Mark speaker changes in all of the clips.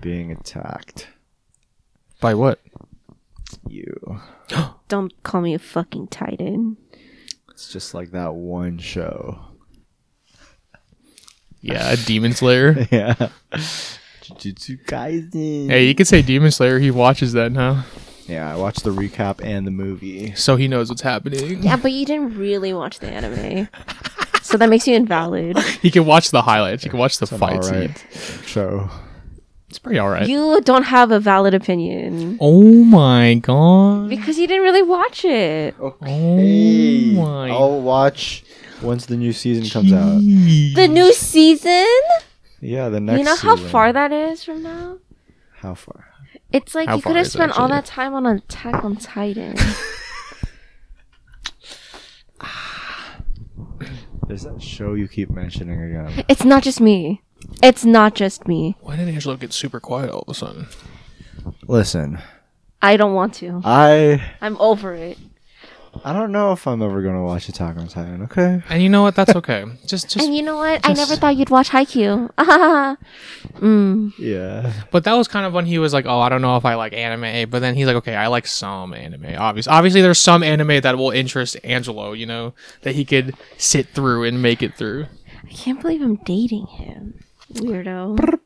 Speaker 1: being attacked.
Speaker 2: By what?
Speaker 1: You.
Speaker 3: Don't call me a fucking titan.
Speaker 1: It's just like that one show.
Speaker 2: Yeah, Demon Slayer.
Speaker 1: Yeah. Jujutsu Kaisen.
Speaker 2: hey, you could say Demon Slayer. He watches that now,
Speaker 1: Yeah, I watched the recap and the movie.
Speaker 2: so he knows what's happening.
Speaker 3: Yeah, but you didn't really watch the anime. so that makes you invalid.
Speaker 2: He can watch the highlights. He can watch the fight
Speaker 1: All
Speaker 2: scene.
Speaker 1: right. Show.
Speaker 2: It's pretty all right.
Speaker 3: You don't have a valid opinion.
Speaker 2: oh my god. Oh
Speaker 3: Because you didn't really watch it.
Speaker 1: Okay.
Speaker 2: my.
Speaker 1: I'll watch once the new season comes out.
Speaker 2: Oh.
Speaker 3: The new season?
Speaker 1: Yeah, the next
Speaker 3: you know how
Speaker 1: season.
Speaker 3: far that is from now?
Speaker 1: How far?
Speaker 3: It's like
Speaker 2: How
Speaker 3: you
Speaker 2: far
Speaker 3: could have
Speaker 2: is it,
Speaker 3: spent all
Speaker 2: actually?
Speaker 3: that time on Attack on Titan.
Speaker 1: There's that show you keep mentioning again.
Speaker 3: it's not just me. It's not just me.
Speaker 2: Why did Angelo get super quiet all of a sudden?
Speaker 1: Listen,
Speaker 3: I don't want to.
Speaker 1: I
Speaker 3: I'm over it.
Speaker 1: I don't know if I'm ever gonna watch Attack on Titan. Okay.
Speaker 2: And you know what? That's okay. just, just.
Speaker 3: And you know what? I never
Speaker 2: just-
Speaker 3: thought you'd watch Haikyuu. mm.
Speaker 1: Yeah.
Speaker 2: But that was kind of when he was like, "Oh, I don't know if I like anime," but then he's like, "Okay, I like some anime. Obviously, obviously, there's some anime that will interest Angelo. You know that he could sit through and make it through."
Speaker 3: I can't believe I'm dating him. Weirdo.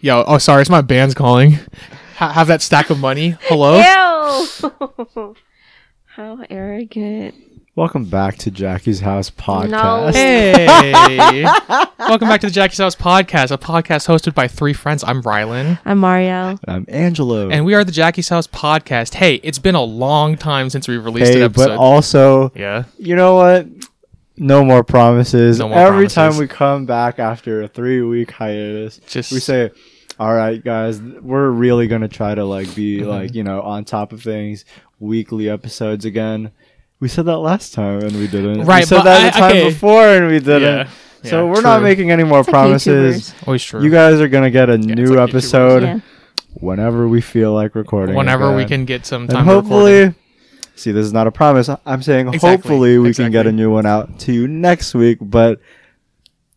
Speaker 2: Yo, oh sorry, it's my band's calling. Ha- have that stack of money. Hello.
Speaker 3: Ew! How arrogant.
Speaker 1: Welcome back to Jackie's House
Speaker 3: No.
Speaker 1: podcast.
Speaker 2: Hey, welcome back to the Jackie's House podcast, a podcast hosted by three friends. I'm Rylan,
Speaker 3: I'm Mario.
Speaker 1: I'm Angelo.
Speaker 2: and we are the Jackie's House podcast. Hey, it's been a long time since we released an
Speaker 1: hey,
Speaker 2: episode.
Speaker 1: but also,
Speaker 2: yeah,
Speaker 1: you know what? No more promises.
Speaker 2: No more
Speaker 1: Every
Speaker 2: promises.
Speaker 1: time we come back after a three week hiatus,
Speaker 2: Just-
Speaker 1: we say, "All right, guys, we're really gonna try to like be
Speaker 2: Mm-hmm.
Speaker 1: like you know on top of things, weekly episodes again." We said that last time and we didn't. We
Speaker 2: Right,
Speaker 1: said
Speaker 2: but
Speaker 1: that the
Speaker 2: I-
Speaker 1: time
Speaker 2: okay.
Speaker 1: before and we didn't.
Speaker 2: Yeah,
Speaker 1: uh, so
Speaker 2: yeah,
Speaker 1: we're not
Speaker 2: true.
Speaker 1: making any more
Speaker 3: like
Speaker 1: promises.
Speaker 2: always true.
Speaker 1: you guys are gonna get a
Speaker 2: it's
Speaker 1: new
Speaker 2: like YouTubers.
Speaker 1: episode
Speaker 3: Yeah.
Speaker 1: whenever we feel like recording.
Speaker 2: Whenever we
Speaker 1: again.
Speaker 2: can get some time.
Speaker 1: And
Speaker 2: to recording.
Speaker 1: hopefully, see, this is not a promise. I- I'm saying
Speaker 2: Exactly,
Speaker 1: hopefully we can get
Speaker 2: exactly.
Speaker 1: a new one out to you next week, but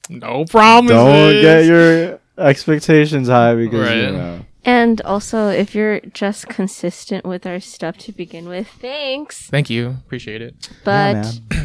Speaker 2: No promises.
Speaker 1: don't get your expectations high because you
Speaker 2: Right.
Speaker 1: know.
Speaker 3: And also, if you're just consistent with our stuff to begin with, thanks.
Speaker 2: Thank you. Appreciate it.
Speaker 3: But,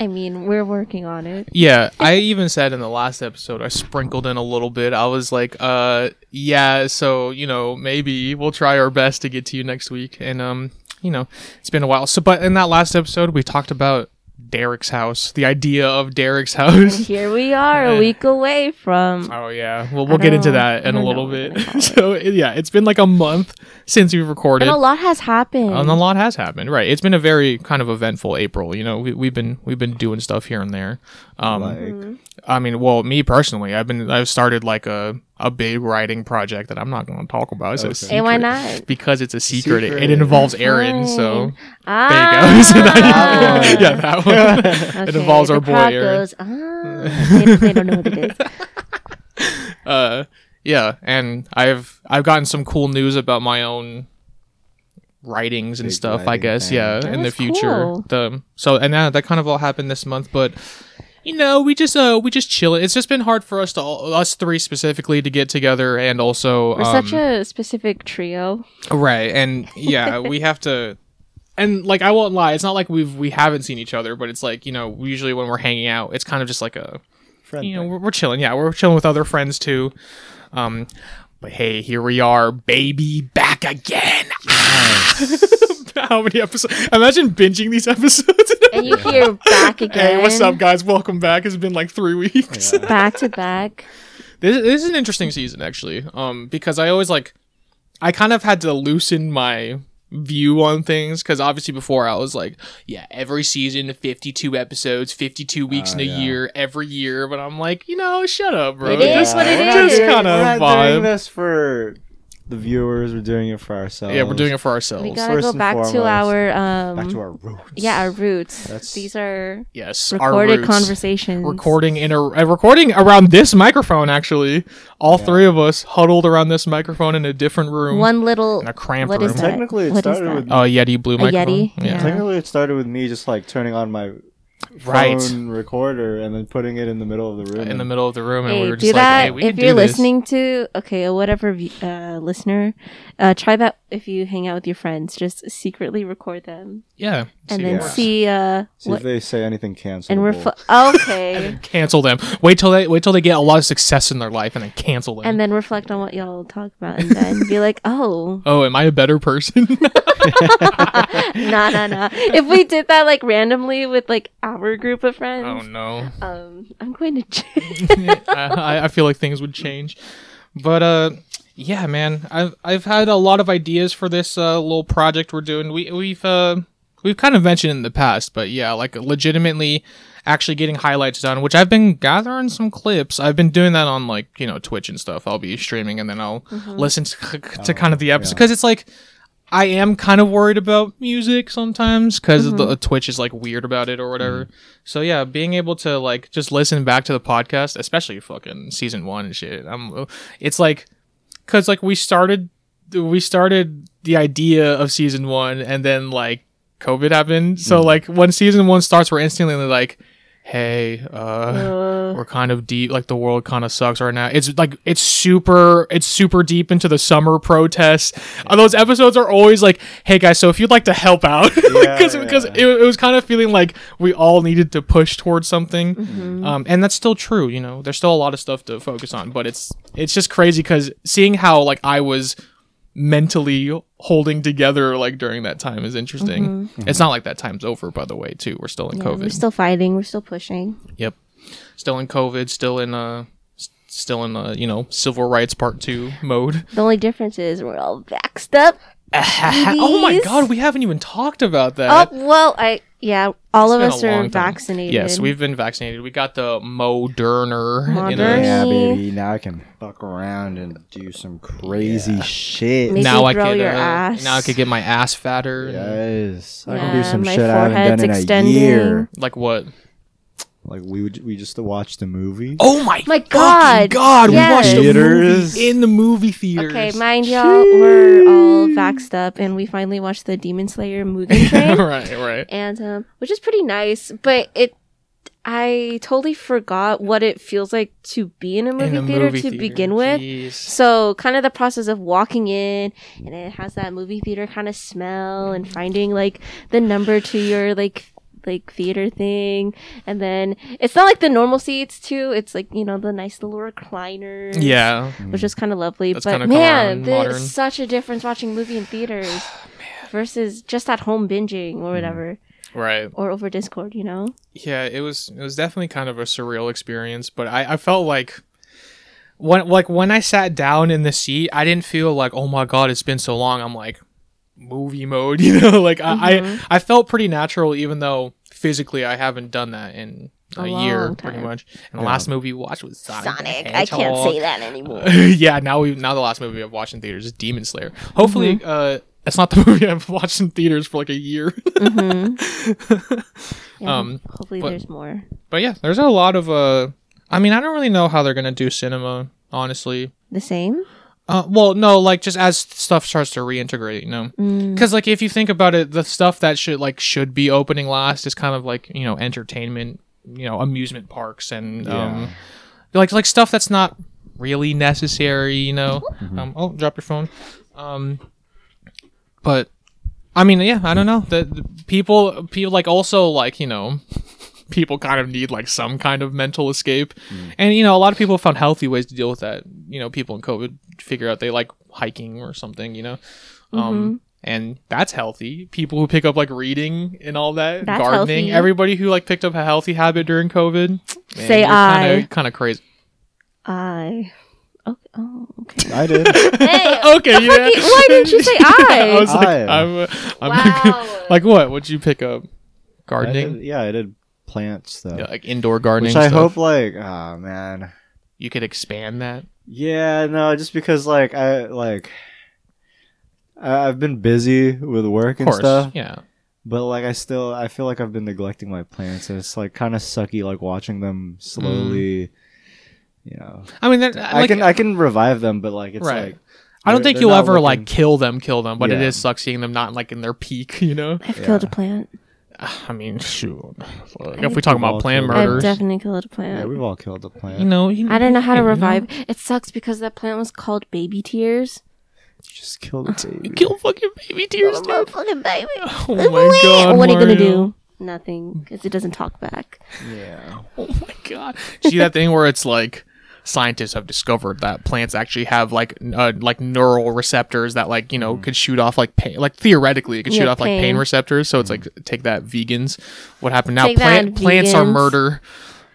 Speaker 3: I mean, we're working on it.
Speaker 2: Yeah, I even said in the last episode I sprinkled in a little bit. I was like, uh yeah, so, you know, maybe we'll try our best to get to you next week and um, you know, it's been a while. So but in that last episode we talked about Derek's house, the idea of Derek's house.
Speaker 3: Here we are, a week away from.
Speaker 2: Oh yeah. Well, we'll get into
Speaker 3: don't-
Speaker 2: that
Speaker 3: I
Speaker 2: in a
Speaker 3: don't
Speaker 2: little
Speaker 3: know what we're
Speaker 2: bit. So yeah, it's been like a month since we've recorded.
Speaker 3: And a lot has happened.
Speaker 2: Oh, and a lot has happened right it's been a very kind of eventful april you know we, we've been we've been doing stuff here and there um
Speaker 3: Mm-hmm.
Speaker 1: Like,
Speaker 2: i mean well me personally i've been i've started like a a big writing project that i'm not going to talk about so
Speaker 1: Okay.
Speaker 3: Hey, why not?
Speaker 2: because it's a secret, It, it
Speaker 1: Secret.
Speaker 2: involves aaron so there you
Speaker 3: Ah,
Speaker 2: go So that- yeah that one it
Speaker 3: Okay,
Speaker 2: involves
Speaker 3: the
Speaker 2: our boy
Speaker 3: crowd
Speaker 2: aaron
Speaker 3: goes, ah, they, don't, they don't know what it is.
Speaker 2: uh yeah and i've i've gotten some cool news about my own writings and
Speaker 1: Big
Speaker 2: stuff i
Speaker 1: writing
Speaker 2: guess
Speaker 1: thing.
Speaker 2: yeah in the
Speaker 3: That's
Speaker 2: future
Speaker 3: cool.
Speaker 2: the so and that, that kind of all happened this month but you know we just uh we just chill it's just been hard for us to all, us three specifically to get together and also
Speaker 3: We're
Speaker 2: um,
Speaker 3: such a specific trio.
Speaker 2: right and yeah we have to and like i won't lie it's not like we've we haven't seen each other but it's like you know usually when we're hanging out it's kind of just like a
Speaker 1: friend
Speaker 2: you know
Speaker 1: thing.
Speaker 2: we're, we're chilling yeah we're chilling with other friends too um but hey here we are baby back again how many episodes imagine binging these episodes
Speaker 3: And you hear back again.
Speaker 2: hey what's up guys welcome back it's been like three weeks
Speaker 3: Back to back.
Speaker 2: this, this is an interesting season actually um because i always like i kind of had to loosen my view on things because obviously before i was like yeah every season 52 episodes 52 weeks
Speaker 1: Oh,
Speaker 2: in a
Speaker 1: yeah.
Speaker 2: year every year but i'm like you know shut up bro
Speaker 3: It is what it
Speaker 2: we're
Speaker 3: is.
Speaker 2: just kind
Speaker 1: we're
Speaker 2: of
Speaker 1: not doing
Speaker 2: vibe
Speaker 1: this for the viewers. We're doing it for ourselves.
Speaker 2: yeah we're doing it for
Speaker 3: We
Speaker 2: ourselves
Speaker 3: gotta
Speaker 1: first
Speaker 3: go
Speaker 1: and
Speaker 3: back to
Speaker 1: foremost,
Speaker 3: our um
Speaker 1: back to our roots.
Speaker 3: yeah our roots.
Speaker 1: That's-
Speaker 3: These are
Speaker 2: yes
Speaker 3: recorded
Speaker 2: our roots.
Speaker 3: conversations.
Speaker 2: recording in a, a recording around this microphone actually all three of us huddled around this microphone in a different room
Speaker 3: One little.
Speaker 2: in a cramped
Speaker 3: What
Speaker 2: room
Speaker 3: is that?
Speaker 1: Technically, it
Speaker 3: What is
Speaker 1: started
Speaker 3: that?
Speaker 1: with
Speaker 2: oh yeti blue
Speaker 3: A
Speaker 2: microphone
Speaker 3: Yeti? Yeah.
Speaker 1: technically it started with me just like turning on my
Speaker 2: Right.
Speaker 1: phone recorder and then putting it in the middle of the room.
Speaker 2: in the middle of the room, and
Speaker 3: Hey,
Speaker 2: we were
Speaker 3: do
Speaker 2: just like,
Speaker 3: that
Speaker 2: "Hey, we
Speaker 3: if
Speaker 2: could
Speaker 3: you're
Speaker 2: do this."
Speaker 3: listening to okay, whatever v- uh, listener. Uh, try that if you hang out with your friends. Just secretly record them
Speaker 2: Yeah,
Speaker 3: and
Speaker 2: see
Speaker 3: then
Speaker 2: what works.
Speaker 3: see uh,
Speaker 1: See
Speaker 3: what
Speaker 1: if they say anything cancelable.
Speaker 3: and we're fl- okay,
Speaker 2: cancel them. Wait till they wait till they get a lot of success in their life, and then cancel them.
Speaker 3: and then reflect on what y'all talk about, and then be like, oh,
Speaker 2: oh, am I a better person?
Speaker 3: nah, nah, nah. If we did that like randomly with like our group of
Speaker 2: oh
Speaker 3: friends,
Speaker 2: no,
Speaker 3: um, I'm going to jail.
Speaker 2: I, I feel like things would change. But uh, yeah, man, I've I've had a lot of ideas for this uh, little project we're doing. We we've uh, we've kind of mentioned in the past, but yeah, like legitimately actually getting highlights done, which I've been gathering some clips. I've been doing that on like you know Twitch and stuff. I'll be streaming and then I'll listen to, to kind of the episode because it's like. I am kind of worried about music sometimes because the Twitch is like weird about it or whatever. So yeah, being able to like just listen back to the podcast, especially fucking season one and shit. I'm, it's like, cause like we started, we started the idea of season one, and then like COVID happened. So
Speaker 1: Hmm.
Speaker 2: like when season one starts, we're instantly like, hey, uh
Speaker 3: Uh,
Speaker 2: we're kind of deep like the world kind of sucks right now it's like it's super it's super deep into the summer protests Uh, those episodes are always like hey guys so if you'd like to help out
Speaker 1: Yeah,
Speaker 2: because
Speaker 1: yeah.
Speaker 2: because it, it was kind of feeling like we all needed to push towards something um, and that's still true you know there's still a lot of stuff to focus on but it's it's just crazy because seeing how like i was mentally holding together like during that time is interesting it's not like that time's over by the way too we're still in
Speaker 3: Mm-hmm. yeah,
Speaker 2: covid
Speaker 3: we're still fighting. We're still pushing.
Speaker 2: Yep. Still in COVID, still in uh s- still in uh, you know, civil rights part 2 mode.
Speaker 3: The only difference is we're all vaxxed up.
Speaker 2: oh my
Speaker 3: Babies.
Speaker 2: god, we haven't even talked about
Speaker 3: Oh
Speaker 2: that.
Speaker 3: well, I yeah, all of
Speaker 2: Uh, been
Speaker 3: us
Speaker 2: a
Speaker 3: are
Speaker 2: long time.
Speaker 3: vaccinated.
Speaker 2: Yes, we've been vaccinated. We got the Moderner. in
Speaker 3: Moderna.
Speaker 2: us.
Speaker 1: yeah,
Speaker 3: Bernie.
Speaker 1: baby. Now I can fuck around and do some crazy shit.
Speaker 3: Maybe-
Speaker 2: Now I
Speaker 3: grow
Speaker 2: could
Speaker 3: your
Speaker 2: uh,
Speaker 3: ass.
Speaker 2: now I could get my ass fatter.
Speaker 1: Yes, I can
Speaker 3: Yeah,
Speaker 1: do some
Speaker 3: my
Speaker 1: shit I haven't
Speaker 3: forehead's
Speaker 1: done in
Speaker 3: extending.
Speaker 1: a year.
Speaker 2: Like what?
Speaker 1: Like we would, we just watched the movie.
Speaker 2: Oh my,
Speaker 3: My
Speaker 2: fucking
Speaker 3: God,
Speaker 2: God,
Speaker 3: yes.
Speaker 2: we watched a
Speaker 1: Theaters.
Speaker 2: movie in the movie theaters.
Speaker 3: Okay, mind y'all, we're all vaxxed up, and we finally watched the Demon Slayer Mugen Train,
Speaker 2: right, right.
Speaker 3: and um, which is pretty nice. But it, I totally forgot what it feels like to be in a movie
Speaker 2: In a
Speaker 3: theater
Speaker 2: movie
Speaker 3: to
Speaker 2: theater.
Speaker 3: begin with.
Speaker 2: Jeez.
Speaker 3: So, kind of the process of walking in, and it has that movie theater kind of smell, and finding like the number to your like like theater thing, and then it's not like the normal seats too. It's like you know the nice little recliners,
Speaker 2: Yeah.
Speaker 1: Mm.
Speaker 3: which is kind of lovely.
Speaker 2: That's
Speaker 3: but
Speaker 2: kinda come
Speaker 3: man,
Speaker 2: around
Speaker 3: there's
Speaker 2: modern.
Speaker 3: such a difference watching movie in theaters versus just at home binging
Speaker 2: Mm.
Speaker 3: or whatever,
Speaker 2: Right.
Speaker 3: or over Discord. You know,
Speaker 2: yeah it was it was definitely kind of a surreal experience but i i felt like when like when i sat down in the seat i didn't feel like oh my god it's been so long i'm like movie mode you know like I,
Speaker 3: Mm-hmm.
Speaker 2: I i felt pretty natural even though physically i haven't done that in
Speaker 3: A
Speaker 2: a, year
Speaker 3: long
Speaker 2: pretty
Speaker 3: time.
Speaker 2: much and the last movie we watched was sonic, the
Speaker 3: Sonic. I can't
Speaker 2: Hedgehog.
Speaker 3: say that anymore.
Speaker 2: yeah, now we now the last movie I've watched in theaters is Demon Slayer. Hopefully,
Speaker 3: Mm-hmm.
Speaker 2: uh, that's not the movie I've watched in theaters for like a year.
Speaker 3: Yeah,
Speaker 2: Um,
Speaker 3: hopefully,
Speaker 2: but-
Speaker 3: there's more.
Speaker 2: But yeah, there's a lot of uh I mean, I don't really know how they're going to do cinema, honestly.
Speaker 3: The same.
Speaker 2: Uh, well, no, like just as stuff starts to reintegrate, you know. Cuz like if you think about it, the stuff that should like should be opening last is kind of like, you know, entertainment, you know, amusement parks and um like like stuff that's not really necessary, you know. Um oh, drop your phone. Um but I mean, yeah, I don't know. The, the people people like also like, you know, people kind of need like some kind of mental escape. And you know, a lot of people found healthy ways to deal with that. You know, people in COVID figure out they like hiking or something, you know.
Speaker 3: Mm-hmm.
Speaker 2: Um and that's healthy. People who pick up like reading and all that,
Speaker 3: That's
Speaker 2: gardening,
Speaker 3: healthy.
Speaker 2: everybody who like picked up a healthy habit during COVID.
Speaker 3: Say I.
Speaker 2: kind of crazy.
Speaker 3: I. Oh, oh okay.
Speaker 1: I did.
Speaker 3: Hey,
Speaker 2: Okay, yeah.
Speaker 3: fuck you- why didn't you say I?
Speaker 2: I was like,
Speaker 1: I.
Speaker 2: I'm, uh, I'm
Speaker 3: Wow.
Speaker 2: like, like what? What'd you pick up?
Speaker 1: I
Speaker 2: Gardening,
Speaker 1: did- yeah, I did plants though,
Speaker 2: Yeah, like indoor gardening.
Speaker 1: which I
Speaker 2: stuff.
Speaker 1: hope like ah man.
Speaker 2: you could expand that.
Speaker 1: Yeah, no, just because like I like I, I've been busy with work
Speaker 2: Of
Speaker 1: and
Speaker 2: course,
Speaker 1: stuff,
Speaker 2: yeah.
Speaker 1: but like I still I feel like I've been neglecting my plants, and it's like kind of sucky like watching them
Speaker 2: Mm.
Speaker 1: slowly. You know,
Speaker 2: I mean, that,
Speaker 1: I can I can revive them, but like it's
Speaker 2: Right.
Speaker 1: like
Speaker 2: I don't
Speaker 1: they're-
Speaker 2: think
Speaker 1: they're
Speaker 2: you'll
Speaker 1: not
Speaker 2: ever like
Speaker 1: looking-
Speaker 2: kill them, kill them, but it
Speaker 1: Yeah.
Speaker 2: is suck seeing them not like in their peak, you know.
Speaker 3: I've killed a plant.
Speaker 2: I mean, shoot. Like, if we talk about planned
Speaker 1: I've
Speaker 3: I've
Speaker 2: murders,
Speaker 3: definitely killed a plant.
Speaker 1: Yeah, we've all killed a plant.
Speaker 2: you know, you,
Speaker 3: I don't know how to
Speaker 2: you
Speaker 3: revive. It sucks because that plant was called Baby Tears.
Speaker 1: just killed a baby.
Speaker 2: Kill fucking baby tears, dude.
Speaker 3: Motherfucking baby.
Speaker 2: Oh my god.
Speaker 3: what are you gonna
Speaker 2: Mario.
Speaker 3: do? Nothing, because it doesn't talk back.
Speaker 1: yeah.
Speaker 2: Oh my god! See that thing where it's like scientists have discovered that plants actually have like n- uh, like neural receptors that like you know
Speaker 1: Mm.
Speaker 2: could shoot off like pain like theoretically it could shoot
Speaker 3: Yeah,
Speaker 2: off like pain
Speaker 3: pain.
Speaker 2: receptors. So it's like
Speaker 1: Mm.
Speaker 2: take that vegans. What happened now?
Speaker 3: Take that,
Speaker 2: Plant plants are
Speaker 3: vegans.
Speaker 2: murder.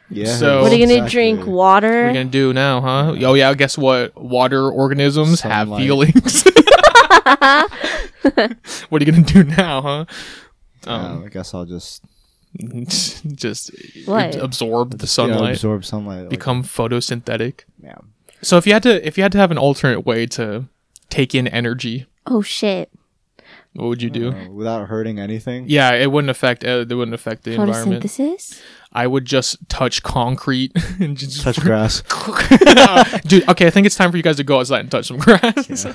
Speaker 1: Yeah.
Speaker 2: So-
Speaker 3: what are you gonna
Speaker 1: exactly.
Speaker 3: drink? Water?
Speaker 2: What are you Oh, gonna do now, huh? Oh yeah, guess what? Water organisms have
Speaker 1: Sunlight.
Speaker 2: feelings. what are you gonna do now, huh? Um,
Speaker 1: Yeah, Um, I guess I'll just
Speaker 2: Just
Speaker 3: What?
Speaker 2: absorb the
Speaker 1: you know,
Speaker 2: sunlight,
Speaker 1: absorb sunlight. like-
Speaker 2: become photosynthetic.
Speaker 1: yeah.
Speaker 2: So if you had to, if you had to have an alternate way to take in energy,
Speaker 3: oh shit!
Speaker 2: what would you do?
Speaker 1: Uh, without hurting anything.
Speaker 2: Yeah, it wouldn't affect. Uh, it wouldn't affect the environment.
Speaker 3: Photosynthesis.
Speaker 2: I would just touch concrete and just.
Speaker 1: Touch grass.
Speaker 2: Dude, okay, I think it's time for you guys to go outside and touch some grass.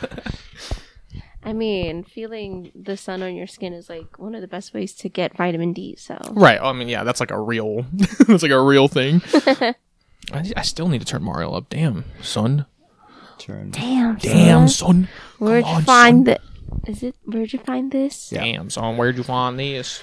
Speaker 3: I mean, feeling the sun on your skin is like one of the best ways to get vitamin D. So
Speaker 2: right. I mean, yeah, that's like a real. that's like a real thing. I, I still need to turn Mario up. Damn, son.
Speaker 1: Turn.
Speaker 3: damn,
Speaker 2: Damn,
Speaker 3: son.
Speaker 2: son.
Speaker 3: where'd
Speaker 2: on,
Speaker 3: you find the? Is it where'd you find this?
Speaker 1: Yeah.
Speaker 2: Damn, son. Where'd you find these?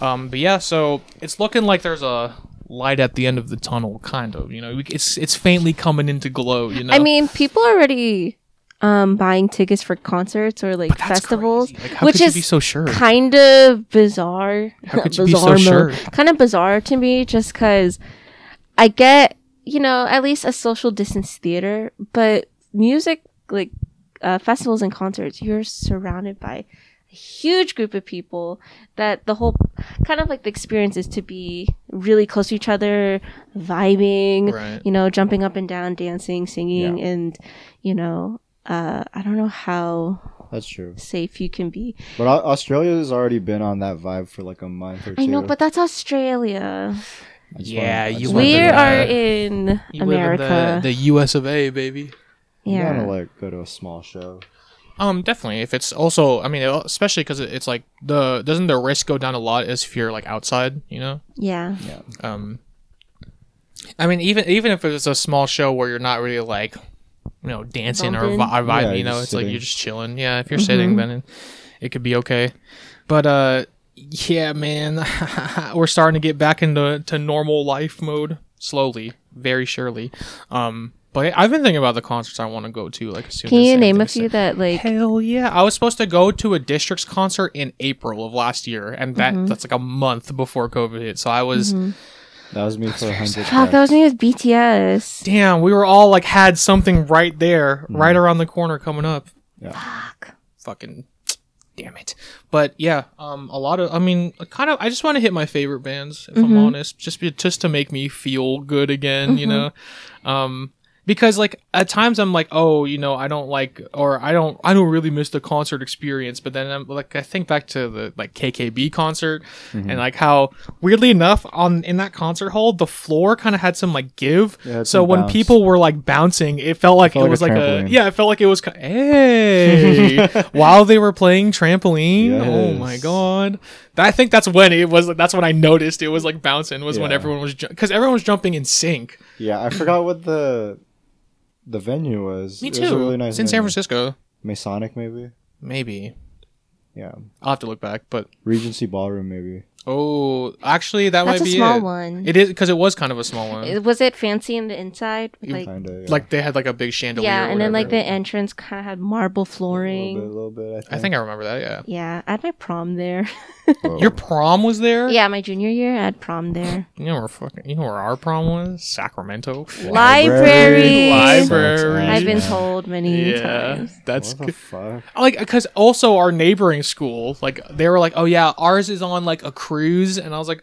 Speaker 2: Um, but yeah, so it's looking like there's a light at the end of the tunnel, kind of. You know, we- it's it's faintly coming into glow. You know.
Speaker 3: I mean, people are already um, buying tickets for concerts or like
Speaker 2: That's
Speaker 3: festivals,
Speaker 2: crazy. Like, how
Speaker 3: which
Speaker 2: could
Speaker 3: is
Speaker 2: you be so sure?
Speaker 3: kind of bizarre.
Speaker 2: How could you be so
Speaker 3: mo-
Speaker 2: sure?
Speaker 3: Kind of bizarre to me, just because I get you know at least a social distance theater, but music like uh, festivals and concerts, you're surrounded by a huge group of people that the whole kind of like the experience is to be really close to each other, vibing,
Speaker 2: Right.
Speaker 3: you know, jumping up and down, dancing, singing, and you know, uh, I don't know how
Speaker 1: That's true.
Speaker 3: safe you can be.
Speaker 1: But Au- Australia has already been on that vibe for like a month or two.
Speaker 3: I know, but that's Australia.
Speaker 1: I just
Speaker 2: Yeah,
Speaker 1: wanna- I
Speaker 2: you
Speaker 1: just wanna
Speaker 2: live in
Speaker 3: We
Speaker 1: go
Speaker 3: are
Speaker 1: back.
Speaker 3: in
Speaker 2: You live in
Speaker 3: America.
Speaker 2: the, the U.S. of A. Baby.
Speaker 1: You
Speaker 3: yeah.
Speaker 1: wanna like go to a small show.
Speaker 2: Um, definitely. If it's also, I mean, it- especially because it's like the doesn't the risk go down a lot as if you're like outside, you know?
Speaker 3: Yeah.
Speaker 2: Um, I mean, even even if it's a small show where you're not really like, you know, dancing or
Speaker 3: Bumping. Mm-hmm.
Speaker 2: vi- vibing,
Speaker 1: Yeah,
Speaker 2: you know,
Speaker 1: just
Speaker 2: it's like
Speaker 1: sitting.
Speaker 2: you're just chilling. Yeah, if you're sitting, then it could be okay. But uh, yeah, man, we're starting to get back into to normal life mode slowly, very surely. Um, but I've been thinking about the concerts I want to go to. Like, as soon
Speaker 3: Can
Speaker 2: as
Speaker 3: you name a
Speaker 2: everything's-
Speaker 3: few that like
Speaker 2: Hell yeah! I was supposed to go to a district's concert in April of last year, and that
Speaker 3: Mm-hmm.
Speaker 2: that's like a month before COVID hit. So I was.
Speaker 1: That was me for a hundred.
Speaker 3: fuck that was me with BTS.
Speaker 2: Damn, we were all like had something right there, right around the corner coming up.
Speaker 3: Fuck.
Speaker 2: Fucking damn it. But yeah, um a lot of I mean, kind of I just want to hit my favorite bands if I'm honest, just be, just to make me feel good again, you know. Um because like at times I'm like, "Oh, you know, I don't like or I don't I don't really miss the concert experience." But then I'm like I think back to the like KKB concert
Speaker 1: Mm-hmm.
Speaker 2: and like how weirdly enough on in that concert hall, the floor kind of had some like give.
Speaker 1: Yeah, it's
Speaker 2: so
Speaker 1: some
Speaker 2: when
Speaker 1: bounce.
Speaker 2: people were like bouncing, it felt like it,
Speaker 1: felt like
Speaker 2: was
Speaker 1: a
Speaker 2: like a
Speaker 1: trampoline.
Speaker 2: yeah, it felt like it was ki- hey while they were playing trampoline. Oh
Speaker 1: Yes.
Speaker 2: my god! That- I think that's when it was. That's when I noticed it was like bouncing was when
Speaker 1: Yeah.
Speaker 2: everyone was because everyone was jumping in sync.
Speaker 1: Yeah, I forgot what the the venue was.
Speaker 2: Me
Speaker 1: It was
Speaker 2: too.
Speaker 1: a really nice
Speaker 2: it's in San
Speaker 1: venue.
Speaker 2: Francisco,
Speaker 1: Masonic maybe.
Speaker 2: maybe.
Speaker 1: Yeah,
Speaker 2: I'll have to look back, but
Speaker 1: Regency Ballroom maybe.
Speaker 2: oh, actually, that might
Speaker 3: That's a
Speaker 2: be
Speaker 3: small
Speaker 2: it.
Speaker 3: one.
Speaker 2: It is because it was kind of a small one.
Speaker 3: It- Was it fancy in the inside? With, like
Speaker 1: Kinda. Yeah.
Speaker 2: like they had like a big chandelier.
Speaker 3: yeah,
Speaker 2: or
Speaker 3: and then like
Speaker 2: whatever.
Speaker 3: the entrance kind of had marble
Speaker 1: a little bit, a
Speaker 3: flooring.
Speaker 1: little bit. I think.
Speaker 2: I think I remember that. Yeah,
Speaker 3: Yeah, I had my prom there.
Speaker 1: Whoa.
Speaker 2: your prom was there.
Speaker 3: yeah, my junior year, I had prom there.
Speaker 2: You know where fucking you know where our prom was? Sacramento.
Speaker 3: Library.
Speaker 2: Library.
Speaker 3: I've been
Speaker 1: Yeah.
Speaker 3: told many times.
Speaker 2: that's
Speaker 1: What the
Speaker 2: good.
Speaker 1: fuck?
Speaker 2: like because also our neighboring school, like they were like, oh yeah, ours is on like a cruise, and I was like,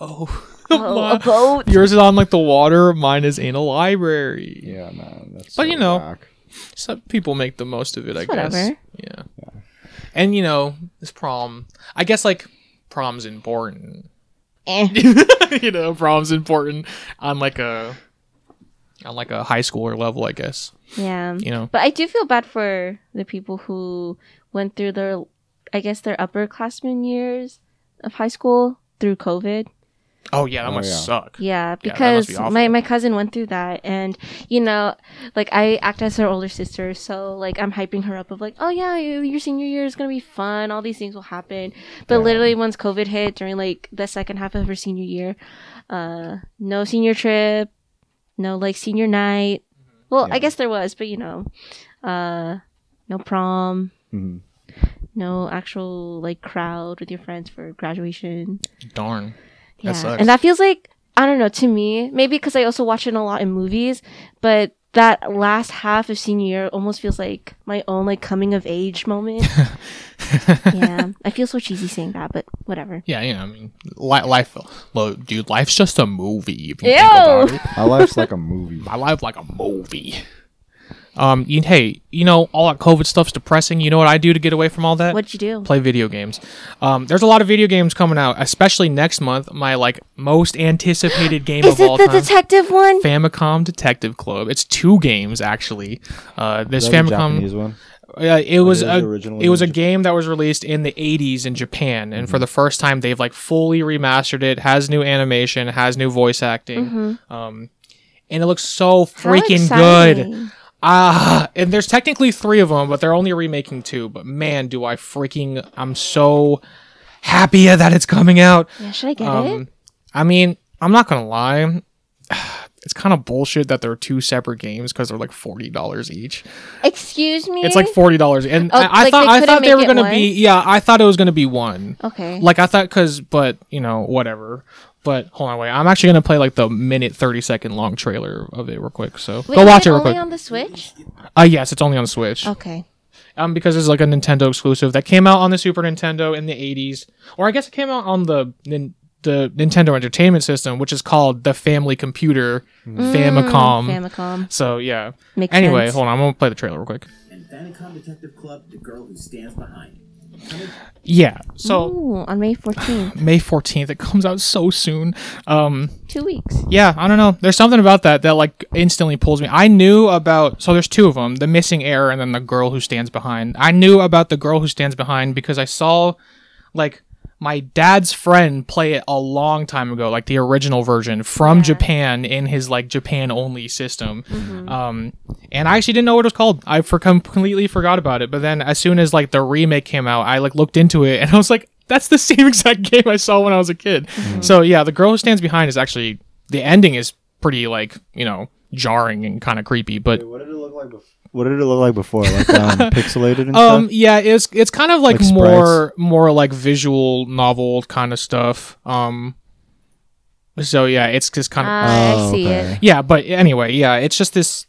Speaker 2: oh,
Speaker 3: Oh,
Speaker 2: my-
Speaker 3: a boat.
Speaker 2: yours is on like the water, mine is in a library.
Speaker 1: Yeah, man. That's
Speaker 2: But
Speaker 1: so
Speaker 2: you know,
Speaker 1: whack.
Speaker 2: So people make the most of it, I guess.
Speaker 3: Whatever.
Speaker 2: Yeah. and you know this prom. I guess like prom's important.
Speaker 3: Eh.
Speaker 2: you know, prom's important on like a on like a high schooler level, I guess.
Speaker 3: Yeah.
Speaker 2: You know.
Speaker 3: But I do feel bad for the people who went through their, I guess, their upperclassmen years of high school through COVID.
Speaker 2: Oh yeah, that
Speaker 1: Oh,
Speaker 2: must
Speaker 1: yeah.
Speaker 2: suck.
Speaker 3: Yeah,
Speaker 2: Yeah, that must
Speaker 3: because
Speaker 2: be
Speaker 3: my,
Speaker 2: awful.
Speaker 3: my cousin went through that, and you know, like I act as her older sister, so like I'm hyping her up of like, oh yeah, your your senior year is gonna be fun, all these things will happen.
Speaker 1: Yeah.
Speaker 3: But literally, once COVID hit during like the second half of her senior year, uh, no senior trip, no like senior night.
Speaker 2: Mm-hmm.
Speaker 3: Well,
Speaker 1: Yeah.
Speaker 3: I guess there was, but you know, uh, no prom,
Speaker 1: Mhm.
Speaker 3: no actual like crowd with your friends for graduation.
Speaker 2: Darn. That
Speaker 3: Yeah.
Speaker 2: sucks.
Speaker 3: And that feels like I don't know to me, maybe because I also watch it a lot in movies, but that last half of senior year almost feels like my own like coming of age moment. yeah, I feel so cheesy saying that, but whatever.
Speaker 2: Yeah, you know, I mean, li- life, lo- dude, life's just a movie. If you
Speaker 3: Ew.
Speaker 2: think about it.
Speaker 1: My life's like a movie.
Speaker 2: my life like a movie. Um, you, hey, you know all that COVID stuff's depressing. You know what I do to get away from all that?
Speaker 3: What'd you do?
Speaker 2: Play video games. Um, there's a lot of video games coming out, especially next month. My like most anticipated game
Speaker 3: Is
Speaker 2: of all
Speaker 3: it the
Speaker 2: time.
Speaker 3: detective one?
Speaker 2: Famicom Detective Club. It's two games actually. Uh, this
Speaker 1: Is that the
Speaker 2: Famicom.
Speaker 1: Japanese one.
Speaker 2: Uh, it was
Speaker 1: it
Speaker 2: a
Speaker 1: was originally
Speaker 2: it was a
Speaker 1: in Mm-hmm. Japan.
Speaker 2: game that was released in the 80s in Japan, and for the first time they've like fully remastered it. Has new animation, has new voice acting, um, and it looks so
Speaker 3: Mm-hmm. How
Speaker 2: freaking
Speaker 3: exciting.
Speaker 2: good. Ah, and there's technically three of them, but they're only remaking two. But man, do I freaking I'm so happy that it's coming out.
Speaker 3: Yeah, should I get it?
Speaker 2: Um, I mean, I'm not gonna lie. It's kind of bullshit that they're two separate games because they're like forty dollars each.
Speaker 3: Excuse me.
Speaker 2: It's like forty dollars, and
Speaker 3: Oh,
Speaker 2: I, I
Speaker 3: like
Speaker 2: thought
Speaker 3: they
Speaker 2: I
Speaker 3: couldn't
Speaker 2: thought they
Speaker 3: make
Speaker 2: were
Speaker 3: it
Speaker 2: gonna
Speaker 3: one?
Speaker 2: be yeah. I thought it was gonna be one.
Speaker 3: okay.
Speaker 2: Like I thought, cause but you know whatever. But hold on, wait. I'm actually gonna play like the minute thirty second long trailer of it real quick. So
Speaker 3: Wait,
Speaker 2: go
Speaker 3: is
Speaker 2: watch
Speaker 3: it
Speaker 2: it real
Speaker 3: only Oh.
Speaker 2: quick.
Speaker 3: on the Switch?
Speaker 2: uh, yes, it's only on Switch.
Speaker 3: Okay.
Speaker 2: Um, because it's like a Nintendo exclusive that came out on the Super Nintendo in the '80s, or I guess it came out on the nin- the Nintendo Entertainment System, which is called the Family Computer Famicom.
Speaker 3: Famicom.
Speaker 2: so yeah.
Speaker 3: Mm. Makes
Speaker 2: anyway,
Speaker 3: sense.
Speaker 2: hold on. I'm gonna play the trailer real quick.
Speaker 4: and Famicom Detective Club, the girl who stands behind.
Speaker 2: Yeah. So.
Speaker 3: Ooh, on May 14th.
Speaker 2: May 14th. It comes out so soon. Um,
Speaker 3: Two weeks.
Speaker 2: yeah, I don't know. There's something about that that like instantly pulls me. I knew about so there's two of them, the missing heir and then the girl who stands behind. I knew about the girl who stands behind because I saw like my dad's friend play it a long time ago, like the original version from Japan in his like Japan only system. Um, and I actually didn't know what it was called. I for completely forgot about it. But then as soon as like the remake came out, I like looked into it and I was like, that's the same exact game I saw when I was a kid. So yeah, the girl who stands behind is actually the ending is pretty like you know jarring and kind of creepy, but.
Speaker 1: What did it look like before? What did it look like before? Like um, pixelated and
Speaker 2: Um.
Speaker 1: stuff.
Speaker 2: Yeah. It's it's kind of like,
Speaker 1: Like sprites?
Speaker 2: more more like visual novel kind of stuff. Um. So yeah, it's just kind of
Speaker 3: Ah,
Speaker 1: Oh,
Speaker 3: I see
Speaker 1: okay.
Speaker 3: it.
Speaker 2: yeah but anyway yeah it's just this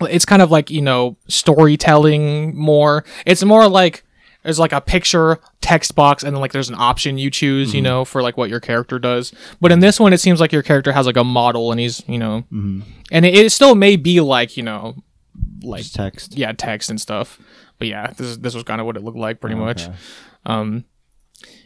Speaker 2: it's kind of like you know storytelling more it's more like there's like a picture text box and then like there's an option you choose
Speaker 1: Mm-hmm.
Speaker 2: you know for like what your character does but in this one it seems like your character has like a model and he's you know
Speaker 1: Mm-hmm.
Speaker 2: and it, it still may be like you know like
Speaker 1: Just text.
Speaker 2: yeah text and stuff but yeah this is this was kind of what it looked like pretty much um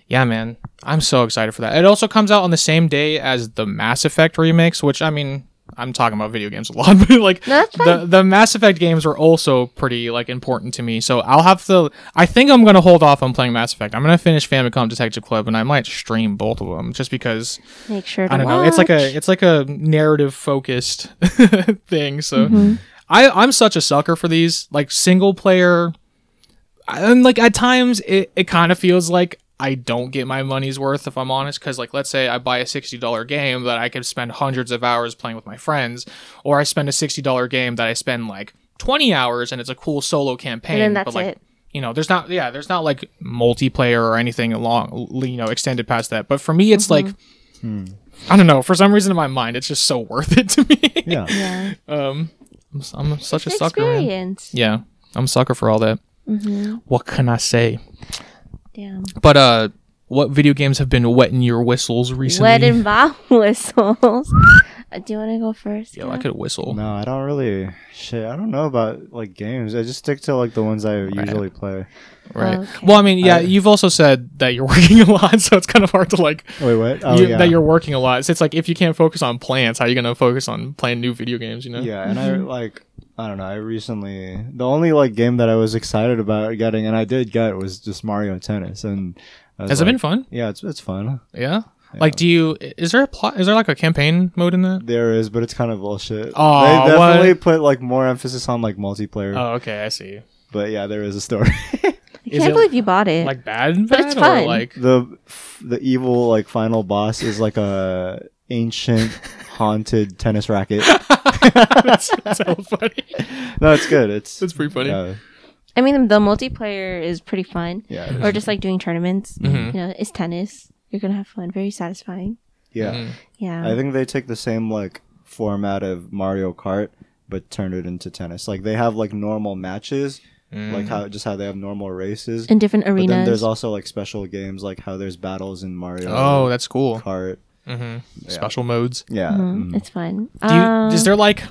Speaker 2: yeah man i'm so excited for that it also comes out on the same day as the mass effect remakes which i mean i'm talking about video games a lot but like
Speaker 3: No, that's
Speaker 2: the the mass effect games were also pretty like important to me so i'll have to i think i'm gonna hold off on playing mass effect i'm gonna finish famicom detective club and i might stream both of them just because
Speaker 3: Make sure to
Speaker 2: I don't know. It's like
Speaker 3: watch.
Speaker 2: a it's like a narrative focused thing. So
Speaker 3: Mm-hmm.
Speaker 2: I I'm such a sucker for these like single player. And like at times it it kind of feels like I don't get my money's worth if I'm honest because like let's say I buy a sixty dollar game that I could spend hundreds of hours playing with my friends, or I spend a sixty dollar game that I spend like twenty hours and it's a cool solo campaign.
Speaker 3: And then that's
Speaker 2: but, like,
Speaker 3: it.
Speaker 2: you know there's not yeah there's not like multiplayer or anything long you know extended past that but for me it's like
Speaker 3: Mm-hmm.
Speaker 2: i don't know for some reason in my mind it's just so worth it to me
Speaker 1: Yeah.
Speaker 3: Yeah.
Speaker 2: um i'm, s- I'm such a
Speaker 3: It's an
Speaker 2: sucker man.
Speaker 3: experience.
Speaker 2: yeah i'm a sucker for all that
Speaker 3: Mm-hmm.
Speaker 2: what can i say
Speaker 3: Damn.
Speaker 2: but uh what video games have been wetting your whistles recently
Speaker 3: Wet and bow whistles. Uh, Do you want to go first?
Speaker 2: yo
Speaker 3: Kat?
Speaker 2: i could whistle
Speaker 1: No, I don't really. Shit, I don't know about like games. I just stick to like the ones I usually play.
Speaker 2: right
Speaker 3: Oh, Okay.
Speaker 2: well i mean yeah
Speaker 1: I-
Speaker 2: you've also said that you're working a lot so it's kind of hard to like
Speaker 1: Wait, what? Oh,
Speaker 2: you-
Speaker 1: yeah.
Speaker 2: that you're working a lot so it's like if you can't focus on plants how are you gonna focus on playing new video games you know
Speaker 1: yeah, and I
Speaker 2: Mm-hmm.
Speaker 1: like. I don't know. I recently the only like game that I was excited about getting, and I did get, was just Mario Tennis, and I was
Speaker 2: Has
Speaker 1: like,
Speaker 2: it been fun?
Speaker 1: Yeah, it's it's fun.
Speaker 2: Yeah? Like, do you? Is there a plot? Is there like a campaign mode in that?
Speaker 1: There is, but it's kind of bullshit.
Speaker 2: Aw,
Speaker 1: they
Speaker 2: what?
Speaker 1: definitely put like more emphasis on like multiplayer.
Speaker 2: Oh, okay, I see.
Speaker 1: But yeah, there is a story.
Speaker 3: I
Speaker 2: Is
Speaker 3: can't
Speaker 2: it-
Speaker 3: believe you bought it.
Speaker 2: Like bad,
Speaker 3: But it's
Speaker 2: bad,
Speaker 3: fun.
Speaker 2: Or like
Speaker 1: the the evil like final boss is like a ancient haunted tennis racket.
Speaker 2: that's, that's hella funny.
Speaker 1: No, it's good. It's
Speaker 2: That's pretty funny.
Speaker 1: yeah,
Speaker 3: I mean, the multiplayer is pretty fun.
Speaker 1: yeah, it is.
Speaker 3: Or just like doing tournaments.
Speaker 2: Mm-hmm.
Speaker 3: You know, it's tennis. You're gonna have fun. Very satisfying.
Speaker 1: yeah.
Speaker 2: Mm.
Speaker 3: Yeah.
Speaker 1: I think they take the same like format of Mario Kart, but turn it into tennis. Like they have like normal matches,
Speaker 2: Mm.
Speaker 1: like how just how they have normal races.
Speaker 3: in different
Speaker 1: But then there's
Speaker 3: arenas.
Speaker 1: also like special games, like how there's battles in Mario
Speaker 2: Oh, that's cool.
Speaker 1: Kart.
Speaker 2: Special modes.
Speaker 1: Yeah, mm-hmm.
Speaker 3: Mhm. It's fun.
Speaker 2: Mm. Do you, is there like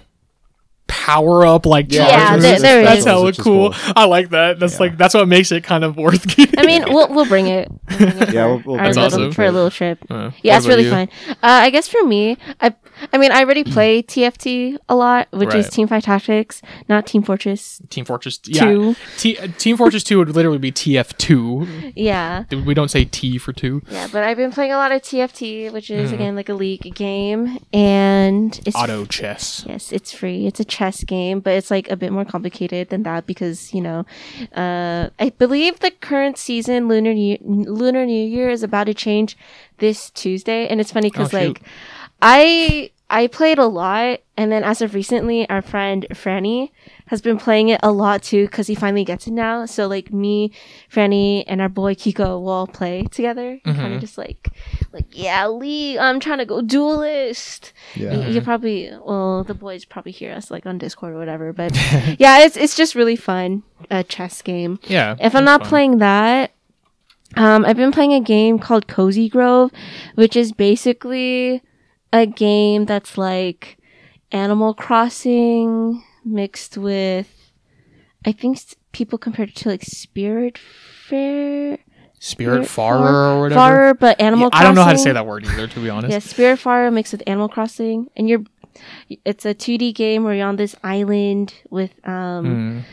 Speaker 2: power up like
Speaker 1: Yeah,
Speaker 2: chargers?
Speaker 3: Um, there- there
Speaker 2: that's
Speaker 3: is.
Speaker 2: hella
Speaker 1: Which is
Speaker 2: cool.
Speaker 1: cool.
Speaker 2: I like that. That's like that's what makes it kind of worth getting.
Speaker 3: I mean, we'll we'll bring it. We'll bring it
Speaker 1: Yeah,
Speaker 3: for
Speaker 1: we'll- we'll bring
Speaker 3: our
Speaker 2: it
Speaker 3: little,
Speaker 2: for the
Speaker 3: for a little trip.
Speaker 2: Uh,
Speaker 3: Yeah,
Speaker 2: what
Speaker 3: it's
Speaker 2: about
Speaker 3: really
Speaker 2: you? Mm.
Speaker 3: fun. Uh, I guess for me, I I mean, I already play TFT a lot, which is
Speaker 2: Right.
Speaker 3: Team Fight Tactics, not Team Fortress.
Speaker 2: Team Fortress yeah.
Speaker 3: Two.
Speaker 2: T, uh, Team Fortress 2 would literally be TF2.
Speaker 3: Yeah,
Speaker 2: We don't say T for 2.
Speaker 3: yeah. But I've been playing a lot of TFT, which is again like a league game, and it's
Speaker 2: Auto chess.
Speaker 3: Yes, it's free. It's a chess game, but it's like a bit more complicated than that because you know, uh, I believe the current season Lunar New- Lunar New Year is about to change this Tuesday, and it's funny because
Speaker 2: Oh, shoot.
Speaker 3: like, I I played a lot, and then as of recently, our friend Franny has been playing it a lot too because he finally gets it now. So like me, Franny, and our boy Kiko will all play together,
Speaker 2: Mm-hmm.
Speaker 3: kind of just like, like yeah, Lee, I'm trying to go duelist.
Speaker 1: yeah.
Speaker 3: You- You
Speaker 2: Mm-hmm.
Speaker 3: probably well, the boys probably hear us like on Discord or whatever. But yeah, it's it's just really fun a chess game.
Speaker 2: Yeah.
Speaker 3: If I'm
Speaker 2: that's
Speaker 3: not
Speaker 2: fun.
Speaker 3: playing that, um, I've been playing a game called Cozy Grove, which is basically a game that's like Animal Crossing mixed with, I think s- people compared it to like Spirit Fair,
Speaker 2: Spirit
Speaker 3: Far-
Speaker 2: Farer or whatever.
Speaker 3: Farer, but Animal.
Speaker 2: Yeah, I don't know how to
Speaker 3: Crossing.
Speaker 2: say that word either, to be honest.
Speaker 3: Yeah, Spirit Fire mixed with Animal Crossing, and you're it's a 2D game where you're on this island with um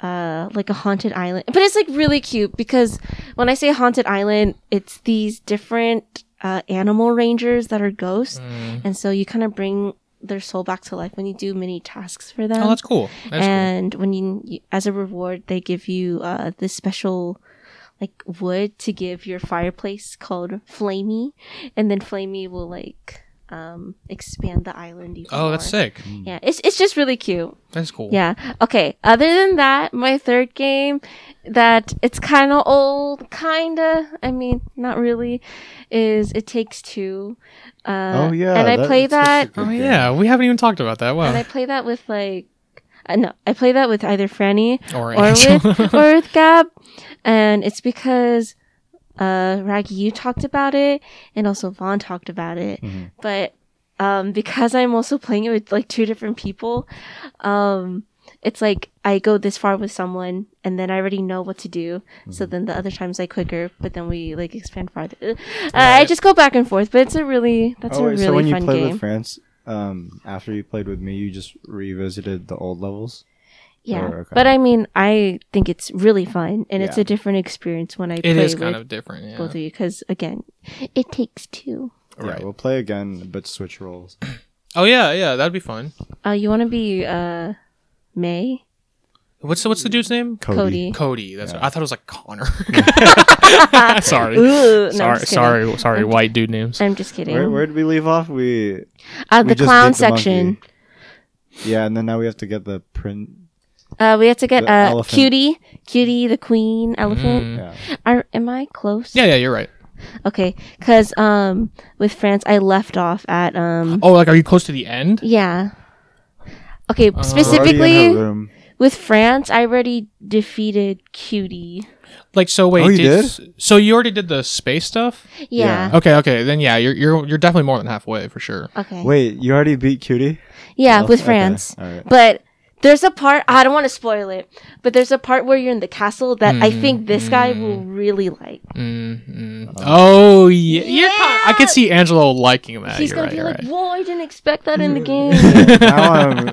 Speaker 3: uh like a haunted island. But it's like really cute because when I say haunted island, it's these different uh animal rangers that are ghosts, and so you kind of bring their soul back to life when you do mini tasks for them
Speaker 2: Oh, that's cool. That's
Speaker 3: um, and when you, you- as a reward they give you uh this special like wood to give your fireplace called flamey and then flamey will like um expand the island even
Speaker 2: cool. Oh, that's
Speaker 3: more.
Speaker 2: sick.
Speaker 1: Mm.
Speaker 3: yeah it's, it's just really cute
Speaker 2: That's cool.
Speaker 3: yeah. Okay. Other than that, my third game that it's kind of old, kind of. I mean, not really. Is It Takes Two. Uh,
Speaker 1: Oh, yeah,
Speaker 3: And I
Speaker 1: that-
Speaker 3: play
Speaker 1: that's
Speaker 3: that.
Speaker 1: such a
Speaker 2: Oh,
Speaker 1: Okay.
Speaker 2: yeah. We haven't even talked about that. Wow.
Speaker 3: And I play that with like. Uh, no, I play that with either Franny
Speaker 2: Or
Speaker 3: or
Speaker 2: Angel.
Speaker 3: with, or with Gab. And it's because uh, Raggy, you talked about it, and also Vaughn talked about it.
Speaker 2: Mm-hmm.
Speaker 3: But um, because I'm also playing it with like two different people, um, it's like I go this far with someone, and then I already know what to do. So
Speaker 2: Mm-hmm.
Speaker 3: then the other times I quicker, but then we like expand farther. Uh, I just go back and forth, but it's a really that's
Speaker 1: oh,
Speaker 3: a
Speaker 1: wait,
Speaker 3: really
Speaker 1: so when you
Speaker 3: fun
Speaker 1: played
Speaker 3: game.
Speaker 1: with France, um, after you played with me, you just revisited the old levels.
Speaker 3: Yeah,
Speaker 1: Or- okay.
Speaker 3: but I mean, I think it's really fun, and it's
Speaker 1: Yeah.
Speaker 3: a different experience when I
Speaker 2: it
Speaker 3: play
Speaker 2: is kind
Speaker 3: with
Speaker 2: of different. Yeah.
Speaker 3: both of you because again, it takes two.
Speaker 1: Yeah, we'll play again, but switch roles.
Speaker 2: Oh, yeah. Yeah. That'd be fun.
Speaker 3: Uh, you want to be uh, May
Speaker 2: What's the, what's the dude's name?
Speaker 3: Cody?
Speaker 2: Cody. That's I thought it was like Connor. sorry.
Speaker 3: Ooh, no,
Speaker 2: sorry,
Speaker 3: I'm just kidding.
Speaker 2: sorry, sorry, white dude names.
Speaker 3: I'm just kidding.
Speaker 1: Where, where did we leave off? We
Speaker 3: uh,
Speaker 1: we
Speaker 3: the
Speaker 1: just beat
Speaker 3: clown
Speaker 1: the
Speaker 3: section.
Speaker 1: monkey. Yeah, and then now we have to get the print.
Speaker 3: Uh, we have to get
Speaker 1: The
Speaker 3: uh,
Speaker 1: elephant.
Speaker 3: cutie, cutie, the queen
Speaker 2: Mm.
Speaker 3: elephant.
Speaker 1: Yeah.
Speaker 3: Are, am I close?
Speaker 2: Yeah, yeah, you're right.
Speaker 3: Okay, because um, with France, I left off at um,
Speaker 2: Oh, like are you close to the end?
Speaker 3: yeah.
Speaker 2: Uh,
Speaker 3: Okay,
Speaker 1: We're already in her
Speaker 3: specifically
Speaker 1: room.
Speaker 3: with France, I already defeated cutie.
Speaker 2: Like so wait,
Speaker 1: Oh, you
Speaker 2: so you already did the space stuff?
Speaker 3: Yeah.
Speaker 2: Okay, okay. Then yeah, you're you're you're definitely more than halfway for sure.
Speaker 3: Okay.
Speaker 1: Wait, you already beat Cutie?
Speaker 3: Yeah,
Speaker 1: Well,
Speaker 3: with
Speaker 1: okay,
Speaker 3: France.
Speaker 1: alright.
Speaker 3: But there's a part I don't want to spoil it, but there's a part where you're in the castle that I
Speaker 1: Hmm.
Speaker 3: think this guy will really like. Mm-hmm.
Speaker 2: Mm-mm. Oh yeah, You're kind I could see Angelo liking that.
Speaker 3: He's
Speaker 2: Ah, you're
Speaker 3: gonna
Speaker 2: right,
Speaker 3: be
Speaker 2: you're
Speaker 3: like,
Speaker 2: right.
Speaker 3: "Whoa, I didn't expect that in the game."
Speaker 1: Now I'm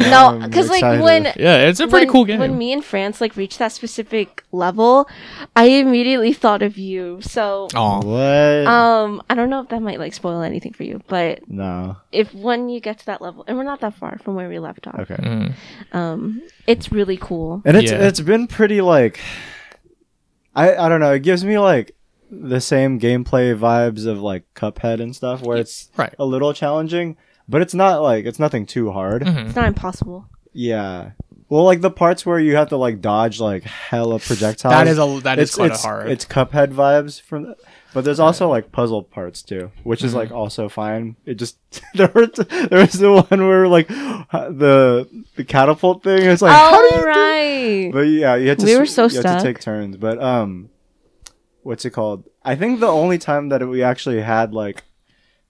Speaker 3: No,
Speaker 1: Hmm. I'm
Speaker 3: because like
Speaker 1: excited.
Speaker 3: when
Speaker 2: Yeah, it's a pretty
Speaker 3: when-
Speaker 2: cool game.
Speaker 3: When me and France like reached that specific level, I immediately thought of you. So
Speaker 2: oh,
Speaker 1: What?
Speaker 3: um I don't know if that might like spoil anything for you, but
Speaker 1: no.
Speaker 3: if when you get to that level and we're not that far from where we left off,
Speaker 1: Okay.
Speaker 3: um it's really cool.
Speaker 1: And it's
Speaker 2: Mm. Yeah.
Speaker 1: it's been pretty like I I don't know, it gives me like the same gameplay vibes of like Cuphead and stuff where it's
Speaker 2: right.
Speaker 1: a little challenging, but it's not like it's nothing too hard.
Speaker 2: Mm-hmm.
Speaker 3: It's
Speaker 2: Hmm.
Speaker 3: not impossible.
Speaker 1: Yeah. Well, like the parts where you have to like dodge like hella projectiles.
Speaker 2: That is a that is
Speaker 1: it's,
Speaker 2: quite
Speaker 1: it's,
Speaker 2: a hard.
Speaker 1: It's Cuphead vibes from, th- but there's also like puzzle parts too, which
Speaker 2: Mm-hmm.
Speaker 1: is like also fine. It just there were t- there was the one where like the the catapult thing. It's like how do
Speaker 3: All
Speaker 1: you do-
Speaker 3: Oh, right.
Speaker 1: But yeah, you had to.
Speaker 3: We
Speaker 1: s-
Speaker 3: were so
Speaker 1: you had
Speaker 3: stuck.
Speaker 1: to take turns, but um, what's it called? I think the only time that we actually had like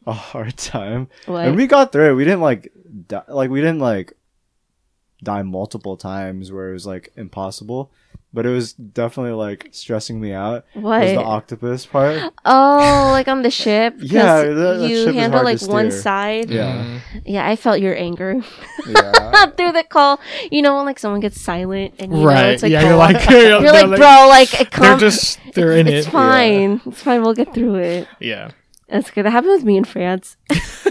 Speaker 1: a hard time and
Speaker 3: What?
Speaker 1: we got through it. We didn't like, di- like we didn't like die multiple times where it was like impossible. But it was definitely like stressing me out. Was the
Speaker 3: what?
Speaker 1: octopus part?
Speaker 3: Oh, like on the ship? 'Cause
Speaker 1: Yeah, that- that
Speaker 3: you
Speaker 1: ship is
Speaker 3: handle
Speaker 1: hard
Speaker 3: like
Speaker 1: to
Speaker 3: one
Speaker 1: steer.
Speaker 3: side.
Speaker 1: Yeah.
Speaker 3: Yeah, I felt your anger
Speaker 1: Yeah.
Speaker 3: through the call. You know, when like someone gets silent and you know,
Speaker 2: right.
Speaker 3: it's like,
Speaker 2: yeah,
Speaker 3: oh,
Speaker 2: you're like
Speaker 3: you're like, bro, like it
Speaker 2: They're
Speaker 3: comes.
Speaker 2: just they're in
Speaker 3: it's
Speaker 2: it.
Speaker 3: fine. It's fine. We'll get through it.
Speaker 2: Yeah,
Speaker 3: That's good. That happened with me in France.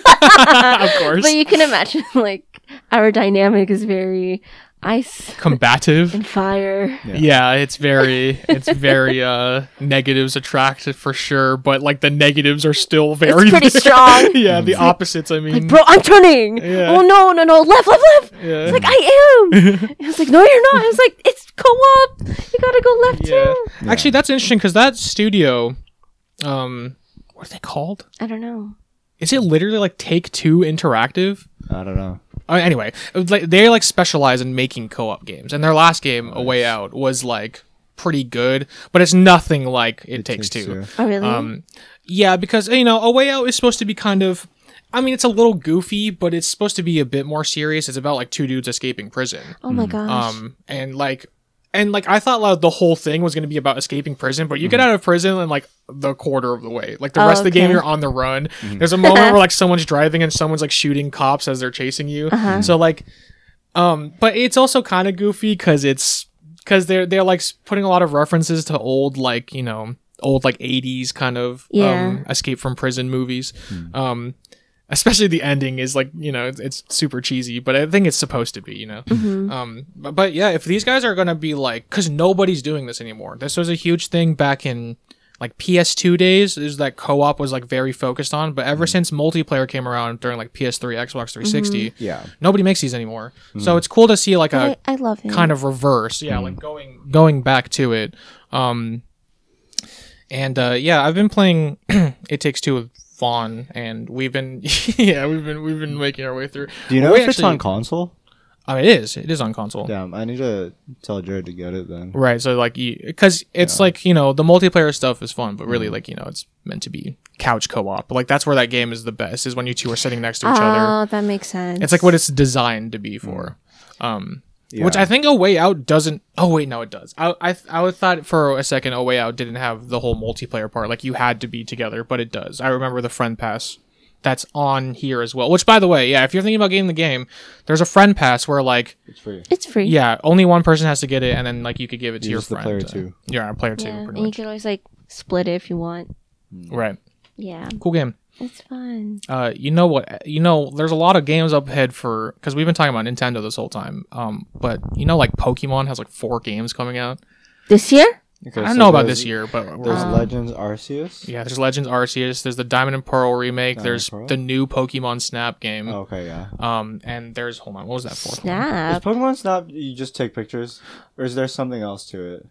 Speaker 2: of course.
Speaker 3: But you can imagine, like, our dynamic is very ice
Speaker 2: Combative.
Speaker 3: and fire.
Speaker 1: Yeah.
Speaker 2: Yeah, it's very it's very uh negatives attract for sure, but like the negatives are still very
Speaker 3: pretty
Speaker 2: there.
Speaker 3: strong.
Speaker 2: yeah, the opposites. I mean,
Speaker 3: Like, bro, I'm turning.
Speaker 2: Yeah.
Speaker 3: Oh no, no, no, left, left, left.
Speaker 2: yeah.
Speaker 3: It's like I am. I was like, no, you're not. I was like, it's co-op. You gotta go left
Speaker 2: Yeah.
Speaker 3: too.
Speaker 2: Actually, that's interesting because that studio, um, what are they called?
Speaker 3: I don't know.
Speaker 2: Is it literally like Take Two Interactive?
Speaker 1: I don't know.
Speaker 2: Uh, anyway, it was like- they like specialize in making co-op games, and their last game, A Way Out, was like pretty good, but it's nothing like It, Takes,
Speaker 1: Takes
Speaker 2: Two.
Speaker 1: Two.
Speaker 3: Oh really?
Speaker 2: Um, yeah, because you know, A Way Out is supposed to be kind of. I mean, it's a little goofy, but it's supposed to be a bit more serious. It's about like two dudes escaping prison.
Speaker 3: oh my gosh.
Speaker 2: Um, and like, and like, I thought like the whole thing was gonna be about escaping prison, but you get out of prison and like the quarter of the way, like the
Speaker 3: Oh,
Speaker 2: rest of the game,
Speaker 3: okay.
Speaker 2: you're on the run. There's a moment where like someone's driving and someone's like shooting cops as they're chasing you.
Speaker 3: Uh-huh.
Speaker 2: So like, um, but it's also kind of goofy because it's because they're they're like s- putting a lot of references to old like you know old like 80s kind of
Speaker 3: Yeah.
Speaker 2: um, escape from prison movies. Um. Especially the ending is like you know it's, it's super cheesy, but I think it's supposed to be you know. Um, but, but yeah, if these guys are gonna be like, because nobody's doing this anymore. This was a huge thing back in like PS2 days, is that co-op was like very focused on. But ever since multiplayer came around during like PS3, Xbox 360,
Speaker 1: Yeah.
Speaker 2: nobody makes these anymore. So it's cool to see like a
Speaker 3: I, I love it.
Speaker 2: uh,
Speaker 1: Mm.
Speaker 2: kind of reverse, yeah, like going going back to it. Um, and uh, yeah, I've been playing It Takes Two with Vaughn, and we've been yeah we've been we've been making our way through.
Speaker 1: Do you know
Speaker 2: We
Speaker 1: if it's
Speaker 2: actually-
Speaker 1: on console?
Speaker 2: I mean, it is it is on console.
Speaker 1: Damn, I need to tell Jared to get it then.
Speaker 2: Right. So like, because it's like you know the multiplayer stuff is fun, but
Speaker 1: Mm.
Speaker 2: really like you know it's meant to be couch co-op. Like that's where that game is the best is when you two are sitting next to each other.
Speaker 3: Oh, that makes sense.
Speaker 2: It's like what it's designed to be for. Um, which
Speaker 1: Hmm. Yeah.
Speaker 2: I think a way out doesn't. Oh wait, no, it does. I I I would thought for a second a way out didn't have the whole multiplayer part. Like you had to be together, but it does. I remember the friend pass. That's on here as well. Which, by the way, yeah, if you're thinking about getting the game, there's a friend pass where like
Speaker 1: It's free.
Speaker 3: It's free.
Speaker 2: yeah, only one person has to get it, and then like you could give it to
Speaker 1: You're
Speaker 2: your
Speaker 1: just the
Speaker 2: friend.
Speaker 1: player
Speaker 2: uh,
Speaker 1: two.
Speaker 2: Yeah, player two,
Speaker 3: Yeah,
Speaker 2: pretty
Speaker 3: and you
Speaker 2: much.
Speaker 3: can always like split it if you want.
Speaker 2: Right.
Speaker 3: Yeah,
Speaker 2: Cool game.
Speaker 3: it's fun.
Speaker 2: Uh, you know what? You know, there's a lot of games up ahead for because we've been talking about Nintendo this whole time. Um, but you know, like Pokemon has like four games coming out.
Speaker 3: This year?
Speaker 1: Okay,
Speaker 2: I don't
Speaker 1: so
Speaker 2: know about
Speaker 1: there's-
Speaker 2: this year, but
Speaker 1: There's
Speaker 3: Um,
Speaker 1: Legends Arceus.
Speaker 2: yeah, there's Legends Arceus. There's the Diamond and Pearl remake.
Speaker 1: Diamond
Speaker 2: there's
Speaker 1: Pearl? Oh.
Speaker 2: the new Pokemon Snap game.
Speaker 1: Okay, yeah.
Speaker 2: Um, and there's hold on, what was that fourth one?
Speaker 1: Is
Speaker 3: Snap.
Speaker 1: Pokemon Snap you just take pictures, or is there something else to it?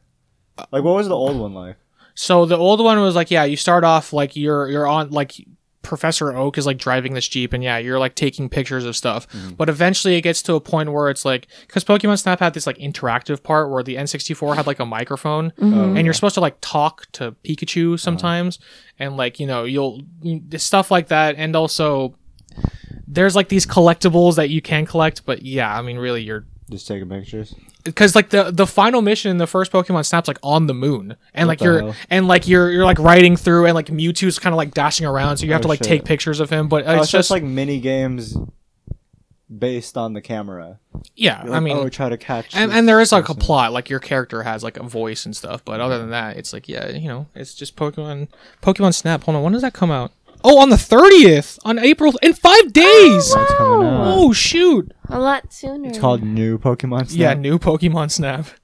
Speaker 1: Like, what was the old one like?
Speaker 2: So the old one was like, yeah, you start off like you're you're on like Professor Oak is like driving this jeep, and yeah, you're like taking pictures of stuff. But eventually, it gets to a point where it's like because Pokemon Snap had this like interactive part where the N64 had like a microphone,
Speaker 1: Mm-hmm.
Speaker 2: Mm-hmm.
Speaker 1: Um,
Speaker 2: and you're supposed to like talk to Pikachu sometimes, and like you know you'll you- stuff like that, and also. There's like these collectibles that you can collect, but yeah, I mean, really, you're
Speaker 1: Just taking pictures.
Speaker 2: because like the the final mission in the first Pokemon Snap's like on the moon, and like
Speaker 1: the
Speaker 2: you're
Speaker 1: hell?
Speaker 2: and like you're you're like riding through, and like Mewtwo's kind of like dashing around, so you have
Speaker 1: Oh,
Speaker 2: to like
Speaker 1: shit.
Speaker 2: take pictures of him. But uh,
Speaker 1: Oh,
Speaker 2: it's,
Speaker 1: it's just
Speaker 2: like
Speaker 1: like mini games based on the camera.
Speaker 2: Yeah,
Speaker 1: You're
Speaker 2: I
Speaker 1: like,
Speaker 2: mean,
Speaker 1: oh, try to catch.
Speaker 2: and,
Speaker 1: this
Speaker 2: and there is like a
Speaker 1: person.
Speaker 2: plot, like your character has like a voice and stuff. But other than that, it's like yeah, you know, it's just Pokemon. Pokemon Snap. Hold on, when does that come out? Oh, on the thirtieth, on April, in five days.
Speaker 1: It's coming out.
Speaker 2: Oh shoot!
Speaker 3: A lot sooner.
Speaker 1: It's called New Pokemon
Speaker 2: Yeah,
Speaker 1: Snap.
Speaker 2: new Pokemon Snap.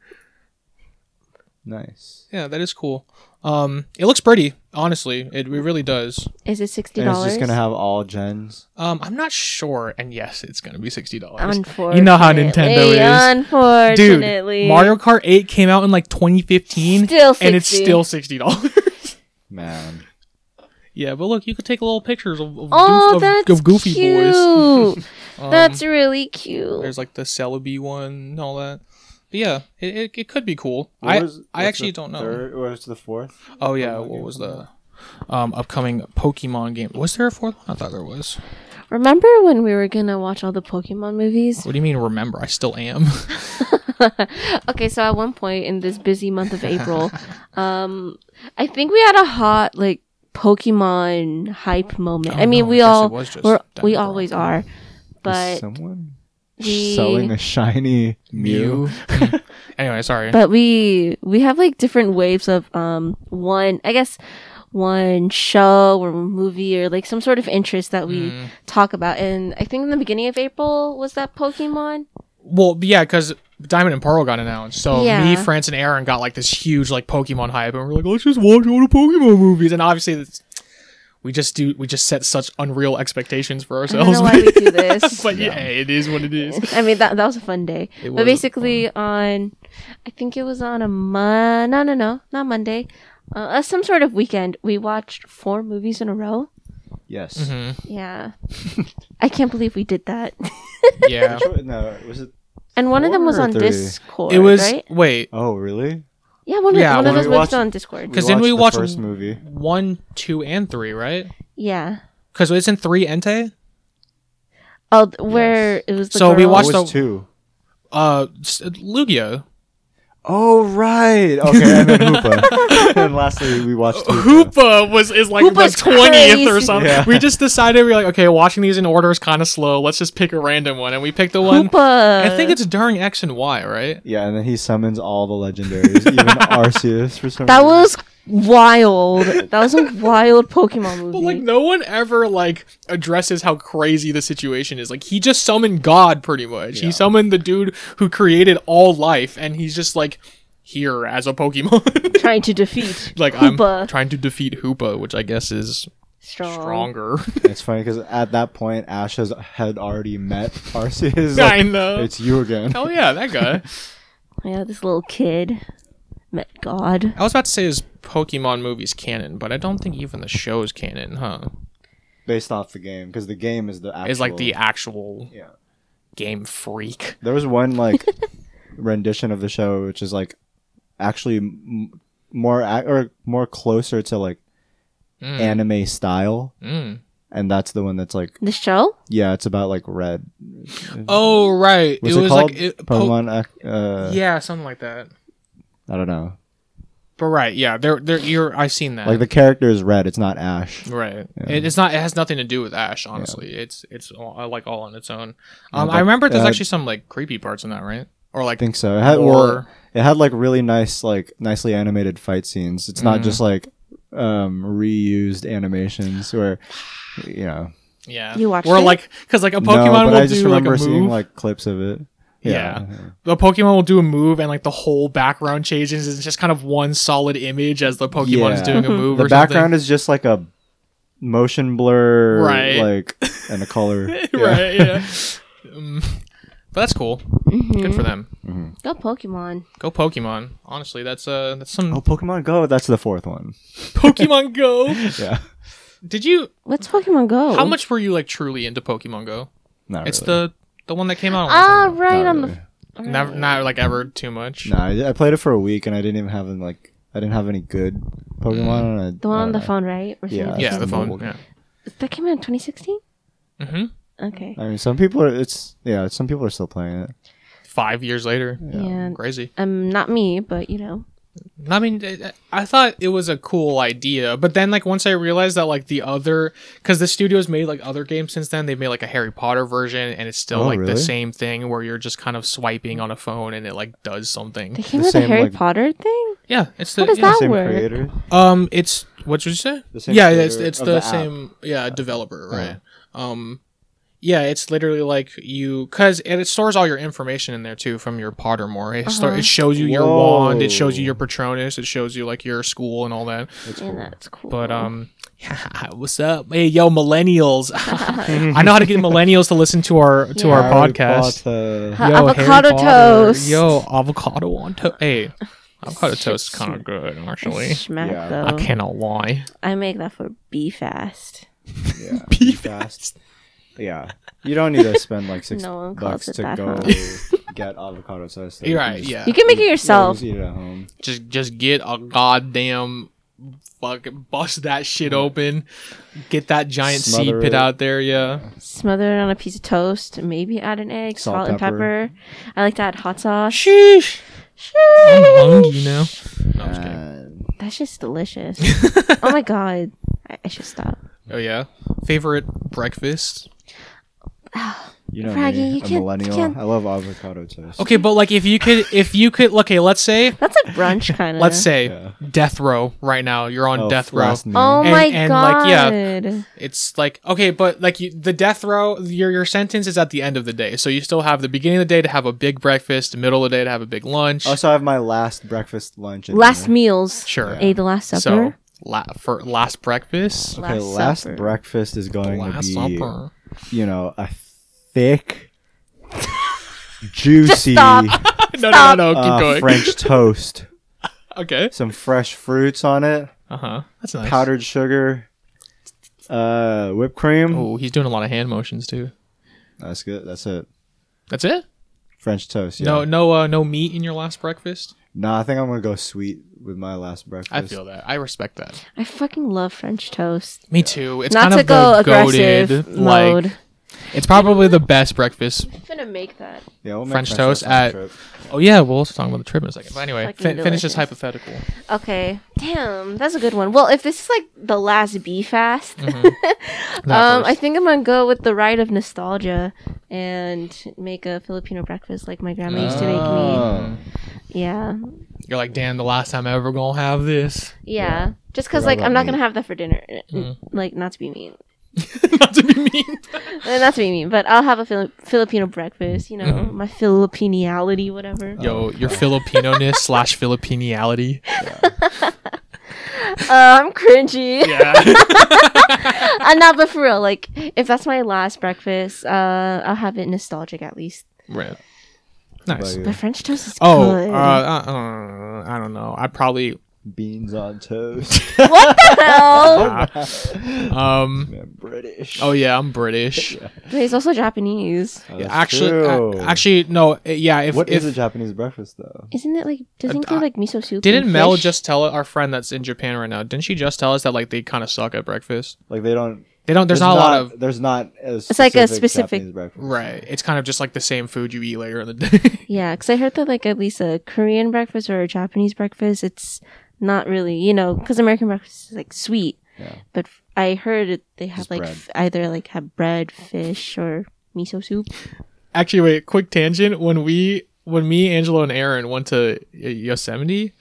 Speaker 1: Nice.
Speaker 2: Yeah, that is cool. Um, it looks pretty, honestly. It, it really does.
Speaker 3: Is it sixty
Speaker 1: And it's
Speaker 3: dollars?
Speaker 1: just gonna have all gens.
Speaker 2: Um, I'm not sure, and yes, it's gonna be sixty dollars.
Speaker 3: Unfortunately,
Speaker 2: You know how Nintendo is.
Speaker 3: Unfortunately,
Speaker 2: Dude, Mario Kart 8 came out in like 2015,
Speaker 3: Still
Speaker 2: and it's
Speaker 3: 60.
Speaker 2: still sixty dollars.
Speaker 1: Man.
Speaker 2: yeah, but look, you could take little pictures of, of,
Speaker 3: Oh,
Speaker 2: goof- of-
Speaker 3: that's
Speaker 2: of Goofy Boys.
Speaker 3: cute.
Speaker 2: Um,
Speaker 3: that's really cute.
Speaker 2: there's like the Celebi one and all that. But yeah, it, it, it could be cool.
Speaker 1: What
Speaker 2: I
Speaker 1: was-
Speaker 2: I
Speaker 1: what's
Speaker 2: actually
Speaker 1: the
Speaker 2: don't know.
Speaker 1: Third, what was the fourth?
Speaker 2: oh yeah,
Speaker 1: Pokemon
Speaker 2: what
Speaker 1: game
Speaker 2: was
Speaker 1: coming
Speaker 2: the um upcoming Pokemon game? Was there a fourth one? I thought there was.
Speaker 3: Remember when we were gonna watch all the Pokemon movies?
Speaker 2: What do you mean? Remember? I still am.
Speaker 3: okay, so at one point in this busy month of April, um, I think we had a hot like Pokemon hype moment.
Speaker 2: Oh,
Speaker 3: I mean,
Speaker 2: no, I
Speaker 3: we
Speaker 2: guess it
Speaker 3: all
Speaker 2: was just
Speaker 3: we're, we
Speaker 2: Denver.
Speaker 3: always are,
Speaker 1: Is
Speaker 3: but
Speaker 1: someone
Speaker 3: we
Speaker 1: selling a shiny Mew.
Speaker 2: Mew. anyway, sorry.
Speaker 3: but we we have like different waves of um one I guess one show or movie or like some sort of interest that we
Speaker 2: Mm.
Speaker 3: talk about and I think in the beginning of April was that Pokemon
Speaker 2: Well, yeah, because Diamond and Pearl got announced. So
Speaker 3: Yeah.
Speaker 2: me, France, and Aaron got like this huge like Pokemon hype, and we're like, let's just watch all the Pokemon movies. And obviously, it's, we just do we just set such unreal expectations for
Speaker 3: I don't
Speaker 2: ourselves.
Speaker 3: know why we
Speaker 2: But,
Speaker 3: do this
Speaker 2: but yeah. it is what it is.
Speaker 3: I mean that that was a fun day
Speaker 2: It
Speaker 3: but
Speaker 2: was
Speaker 3: basically on I think it was on a mon no no no not Monday uh, uh, some sort of weekend we watched four movies in a row
Speaker 1: Yes.
Speaker 2: Mm-hmm.
Speaker 3: yeah I can't believe we did that
Speaker 2: Yeah,
Speaker 1: Which one- No, was it?
Speaker 3: and one of them was
Speaker 1: Four or
Speaker 3: on
Speaker 1: three?
Speaker 3: Discord
Speaker 2: it was.
Speaker 3: right
Speaker 2: Wait,
Speaker 1: Oh, really?
Speaker 3: Yeah, one,
Speaker 2: Yeah,
Speaker 3: one
Speaker 2: when
Speaker 3: of us
Speaker 1: we
Speaker 3: was
Speaker 1: watched-
Speaker 3: on Discord.
Speaker 2: 'Cause then we
Speaker 1: watched the
Speaker 2: watch-
Speaker 1: first movie.
Speaker 2: one, two, and three, right?
Speaker 3: Yeah.
Speaker 2: Because isn't three Entei?
Speaker 3: Oh, th- where
Speaker 1: Yes.
Speaker 3: it was the
Speaker 2: So we
Speaker 3: girl.
Speaker 1: What
Speaker 2: watched-
Speaker 1: was
Speaker 2: the-
Speaker 1: two?
Speaker 2: Uh, s- Lugia.
Speaker 1: Oh right. Okay, and then Hoopa. and lastly, we watched Hoopa.
Speaker 2: Hoopa was is like
Speaker 3: Hoopa's
Speaker 2: the twentieth or
Speaker 3: crazy.
Speaker 2: something.
Speaker 1: Yeah.
Speaker 2: We just decided we we're like, okay, watching these in order is kind of slow. Let's just pick a random one, and we picked the one.
Speaker 3: Hoopa.
Speaker 2: I think it's during X and Y, right?
Speaker 1: Yeah, and then he summons all the legendaries, even Arceus for some
Speaker 3: that
Speaker 1: reason.
Speaker 3: was wild. that was a wild Pokemon movie.
Speaker 2: But like no one ever like addresses how crazy the situation is. Like he just summoned God pretty much. He summoned the dude who created all life and he's just like here as a Pokemon.
Speaker 3: trying to defeat
Speaker 2: like I'm
Speaker 3: Hoopa.
Speaker 2: trying to defeat Hoopa, which I guess is
Speaker 3: strong.
Speaker 2: stronger.
Speaker 1: It's funny because at that point, Ash has, had already met Arceus. He's
Speaker 2: I
Speaker 1: like,
Speaker 2: know.
Speaker 1: It's you again.
Speaker 2: Hell yeah, that guy.
Speaker 3: Yeah, this little kid met God.
Speaker 2: I was about to say his Pokemon movie's canon, but I don't think even the show's canon, huh?
Speaker 1: Based off the game, because the game is the actual.
Speaker 2: Is like the actual
Speaker 1: Yeah.
Speaker 2: game freak.
Speaker 1: There was one like rendition of the show, which is like actually m- more ac- or more closer to like
Speaker 2: Mm.
Speaker 1: anime style,
Speaker 2: Mm.
Speaker 1: and that's the one that's like
Speaker 3: The show?
Speaker 1: yeah, it's about like red.
Speaker 2: Oh right,
Speaker 1: Was
Speaker 2: it,
Speaker 1: it,
Speaker 2: was
Speaker 1: called
Speaker 2: like it, po-
Speaker 1: Pokemon? ac- uh,
Speaker 2: yeah, something like that.
Speaker 1: I don't know.
Speaker 2: But right, yeah, they're they're you're I've seen that.
Speaker 1: Like the character is red. It's not Ash.
Speaker 2: right. It, it's not it has nothing to do with Ash, honestly. It's it's all, uh, like all on its own. Um I
Speaker 1: but,
Speaker 2: remember there's
Speaker 1: uh,
Speaker 2: actually some like creepy parts in that, right? Or like
Speaker 1: I think so. It had
Speaker 2: Or-
Speaker 1: well, it had like really nice, like nicely animated fight scenes. It's
Speaker 2: Mm.
Speaker 1: not just like um reused animations where you know.
Speaker 2: yeah.
Speaker 3: You watched
Speaker 2: Or
Speaker 3: it?
Speaker 2: like cuz like a
Speaker 1: no,
Speaker 2: Pokemon
Speaker 1: but
Speaker 2: will
Speaker 1: I just
Speaker 2: do like a
Speaker 1: remember
Speaker 2: move.
Speaker 1: seeing like clips of it.
Speaker 2: yeah. The Pokemon will do a move and like the whole background changes it's just kind of one solid image as the Pokemon is
Speaker 1: Yeah.
Speaker 2: doing a move
Speaker 1: The
Speaker 2: or
Speaker 1: background is just like a motion blur,
Speaker 2: Right.
Speaker 1: Like and a color.
Speaker 2: something. right, yeah. um, but that's cool. Good for them.
Speaker 3: Go Pokemon.
Speaker 2: Go Pokemon. Honestly, that's uh that's some
Speaker 1: Oh, Pokemon Go. That's the fourth one.
Speaker 2: Pokemon Go.
Speaker 1: Yeah.
Speaker 2: Did you
Speaker 3: What's Pokemon Go?
Speaker 2: How much were you like truly into Pokemon Go?
Speaker 1: Oh. Not
Speaker 2: It's
Speaker 1: really.
Speaker 2: the the one that came out. a long
Speaker 3: Ah,
Speaker 2: time
Speaker 3: right.
Speaker 1: Not
Speaker 3: I'm
Speaker 1: really.
Speaker 2: ago. Never, not like ever too much.
Speaker 1: No, I, I played it for a week and I didn't even have any, like I didn't have any good Pokemon.
Speaker 2: Mm.
Speaker 1: and I-
Speaker 3: the one
Speaker 1: I
Speaker 3: on
Speaker 1: don't
Speaker 3: the
Speaker 1: know.
Speaker 3: phone, right? Or something
Speaker 1: Yeah.
Speaker 3: like
Speaker 2: yeah, the
Speaker 1: That's
Speaker 2: phone.
Speaker 1: mobile.
Speaker 2: Yeah.
Speaker 3: that. That came out in 2016?
Speaker 2: hmm
Speaker 3: Okay.
Speaker 1: I mean, some people are. It's yeah. Some people are still playing it.
Speaker 2: Five years later.
Speaker 3: Yeah.
Speaker 2: Crazy.
Speaker 3: Um, not me, but you know.
Speaker 2: I mean, it, I thought it was a cool idea, but then like once I realized that like the other, because the studio's made like other games since then. They've made like a Harry Potter version, and it's still
Speaker 1: Oh,
Speaker 2: like the
Speaker 1: really?
Speaker 2: same thing where you're just kind of swiping on a phone and it like does something.
Speaker 3: They came
Speaker 1: The
Speaker 3: with a
Speaker 1: same,
Speaker 3: Harry
Speaker 1: like-
Speaker 3: Potter thing.
Speaker 2: Yeah, it's the
Speaker 3: What is
Speaker 2: yeah.
Speaker 3: That
Speaker 1: same
Speaker 3: worked.
Speaker 1: creator.
Speaker 2: um, it's what did you say?
Speaker 1: The same
Speaker 2: yeah, it's
Speaker 1: creator
Speaker 2: it's the,
Speaker 1: of the app.
Speaker 2: same yeah developer
Speaker 1: Uh.
Speaker 2: right. Um, yeah, it's literally like you because and it stores all your information in there too from your Pottermore. It, store,
Speaker 3: Uh-huh.
Speaker 2: it shows you your wand, it shows you
Speaker 1: Whoa.
Speaker 2: your Patronus, it shows you like your school and all that.
Speaker 1: That's
Speaker 3: Yeah,
Speaker 1: cool.
Speaker 3: that's cool.
Speaker 2: But um, what's up? Hey, yo, millennials! I know how to get millennials to listen to our to
Speaker 3: Yeah.
Speaker 2: our
Speaker 1: Harry
Speaker 2: podcast.
Speaker 1: Potter.
Speaker 3: Huh. Avocado
Speaker 2: Harry Potter.
Speaker 3: toast.
Speaker 2: Yo, avocado on toast. Hey, avocado toast is kind of good actually.
Speaker 3: Smack
Speaker 1: Yeah.
Speaker 3: though.
Speaker 2: I cannot lie.
Speaker 3: I make that for B fast.
Speaker 1: Yeah. Be fast. Yeah. You don't need to spend like six
Speaker 3: No one calls
Speaker 1: bucks
Speaker 3: it
Speaker 1: to
Speaker 3: that,
Speaker 1: go get avocado toast.
Speaker 2: You're right.
Speaker 1: You
Speaker 2: Yeah,
Speaker 3: You can make it yourself.
Speaker 1: just eat it at home.
Speaker 2: just just get a goddamn fucking bust that shit open. Get that giant seed
Speaker 1: Smother
Speaker 2: pit
Speaker 1: it.
Speaker 2: out there. Yeah.
Speaker 3: Smother it on a piece of toast. Maybe add an egg, salt,
Speaker 1: Salt,
Speaker 3: and pepper.
Speaker 1: pepper.
Speaker 3: I like to add hot sauce.
Speaker 2: Sheesh. I'm hungry now. No, I'm
Speaker 3: Uh,
Speaker 2: just kidding.
Speaker 1: And
Speaker 3: That's just delicious. oh my god. I, I should stop.
Speaker 2: Oh yeah. Favorite breakfast.
Speaker 1: you know
Speaker 3: Froggy,
Speaker 1: me,
Speaker 3: you
Speaker 1: a
Speaker 3: can't- you
Speaker 1: millennial.
Speaker 3: can't-
Speaker 1: I love avocado toast.
Speaker 2: Okay, but like if you could, if you could, okay, let's say,
Speaker 3: That's like brunch kind of.
Speaker 2: let's say
Speaker 1: Yeah.
Speaker 2: death row right now. You're on
Speaker 1: Oh,
Speaker 2: death row.
Speaker 1: last name.
Speaker 3: Oh
Speaker 2: Mm-hmm. And-
Speaker 3: my
Speaker 2: and,
Speaker 3: god.
Speaker 2: like, yeah. It's like okay, but like you, the death row, your your sentence is at the end of the day, so you still have the beginning of the day to have a big breakfast, the middle of the day to have a big lunch.
Speaker 1: Also, I have my last breakfast, lunch. and
Speaker 3: Last
Speaker 1: dinner.
Speaker 3: meals.
Speaker 2: sure.
Speaker 3: Ate the last
Speaker 2: So
Speaker 3: supper.
Speaker 2: la- for last breakfast,
Speaker 1: Okay,
Speaker 3: Last
Speaker 1: last
Speaker 3: supper.
Speaker 1: breakfast is going
Speaker 2: last
Speaker 1: to be,
Speaker 2: supper.
Speaker 1: you know, a thick, juicy
Speaker 3: stop.
Speaker 2: no, no, no, no, keep
Speaker 1: uh,
Speaker 2: going.
Speaker 1: French toast,
Speaker 2: Okay.
Speaker 1: some fresh fruits on it,
Speaker 2: Uh huh. That's nice.
Speaker 1: powdered sugar, uh, whipped cream.
Speaker 2: Oh, he's doing a lot of hand motions too.
Speaker 1: That's good. That's it.
Speaker 2: That's it.
Speaker 1: French toast. Yeah.
Speaker 2: No,
Speaker 1: No,
Speaker 2: no, uh, no meat in your last breakfast.
Speaker 1: I think I'm gonna go sweet with my last breakfast.
Speaker 2: I feel that. I respect that.
Speaker 3: I fucking love French toast.
Speaker 2: Me too. It's
Speaker 3: Not
Speaker 2: kind
Speaker 3: to
Speaker 2: of
Speaker 3: go
Speaker 2: the
Speaker 3: aggressive
Speaker 2: goated,
Speaker 3: mode.
Speaker 2: Like, it's probably the best breakfast.
Speaker 3: I'm gonna make that.
Speaker 1: Yeah, we'll make
Speaker 2: French toast
Speaker 1: on the
Speaker 2: at-
Speaker 1: trip.
Speaker 2: Oh yeah, we'll also talk about the trip in a second. But anyway,
Speaker 3: Fucking
Speaker 2: fin- finish
Speaker 3: delicious.
Speaker 2: this hypothetical.
Speaker 3: Okay. Damn, that's a good one. Well, if this is like the last B fast,
Speaker 2: Mm-hmm. Not
Speaker 3: um, I
Speaker 2: first.
Speaker 3: think I'm gonna go with the ride of nostalgia and make a Filipino breakfast like my grandma used to make
Speaker 1: Oh,
Speaker 3: me. Yeah,
Speaker 2: You're like, damn, the last time I ever gonna have this.
Speaker 3: yeah. Just because
Speaker 1: Forgot
Speaker 3: like
Speaker 1: about
Speaker 3: I'm not
Speaker 1: meat.
Speaker 3: gonna have that for dinner.
Speaker 2: Mm-hmm.
Speaker 3: Like not to be mean,
Speaker 2: Not to be mean.
Speaker 3: Uh, not to be mean, but I'll have a Fili- Filipino breakfast. You know,
Speaker 2: Mm-hmm.
Speaker 3: my Filipiniality, whatever.
Speaker 2: Yo, your Filipino ness slash Filipiniality.
Speaker 3: Uh, I'm cringy.
Speaker 2: Yeah.
Speaker 3: uh, nah, but for real, like if that's my last breakfast, uh, I'll have it nostalgic at least.
Speaker 2: right.
Speaker 1: but
Speaker 2: Nice.
Speaker 1: yeah,
Speaker 3: My French toast is
Speaker 2: Oh,
Speaker 3: good.
Speaker 2: uh, I, uh, I don't know. I probably
Speaker 1: beans on toast.
Speaker 3: what the hell?
Speaker 2: um.
Speaker 1: Man, British.
Speaker 2: Ah. Oh yeah, I'm British.
Speaker 3: But he's also Japanese.
Speaker 1: Oh,
Speaker 2: Yeah,
Speaker 1: that's
Speaker 2: actually,
Speaker 1: true.
Speaker 2: a- actually, no. uh, Yeah, if,
Speaker 1: What is
Speaker 2: if
Speaker 1: a Japanese breakfast though?
Speaker 3: Isn't it like doesn't it
Speaker 2: Uh,
Speaker 3: do like miso soup?
Speaker 2: didn't
Speaker 3: and
Speaker 2: Mel
Speaker 3: fish?
Speaker 2: just tell our friend that's in Japan right now? Didn't she just tell us that like they kind of suck at breakfast?
Speaker 1: Like they don't.
Speaker 2: They don't. There's, not, a lot of
Speaker 1: There's not. A
Speaker 3: It's like a specific-
Speaker 1: Japanese breakfast.
Speaker 2: right. It's kind of just like the same food you eat later in the day.
Speaker 3: Yeah, because I heard that like at least a Korean breakfast or a Japanese breakfast, it's not really you know because American breakfast is like sweet.
Speaker 1: Yeah.
Speaker 3: But f- I heard it, they have
Speaker 1: Just
Speaker 3: like
Speaker 1: bread.
Speaker 3: f- either like have bread, fish, or miso soup.
Speaker 2: Actually, wait. Quick tangent. When we, when me, Angelo, and Aaron went to Y- Yosemite,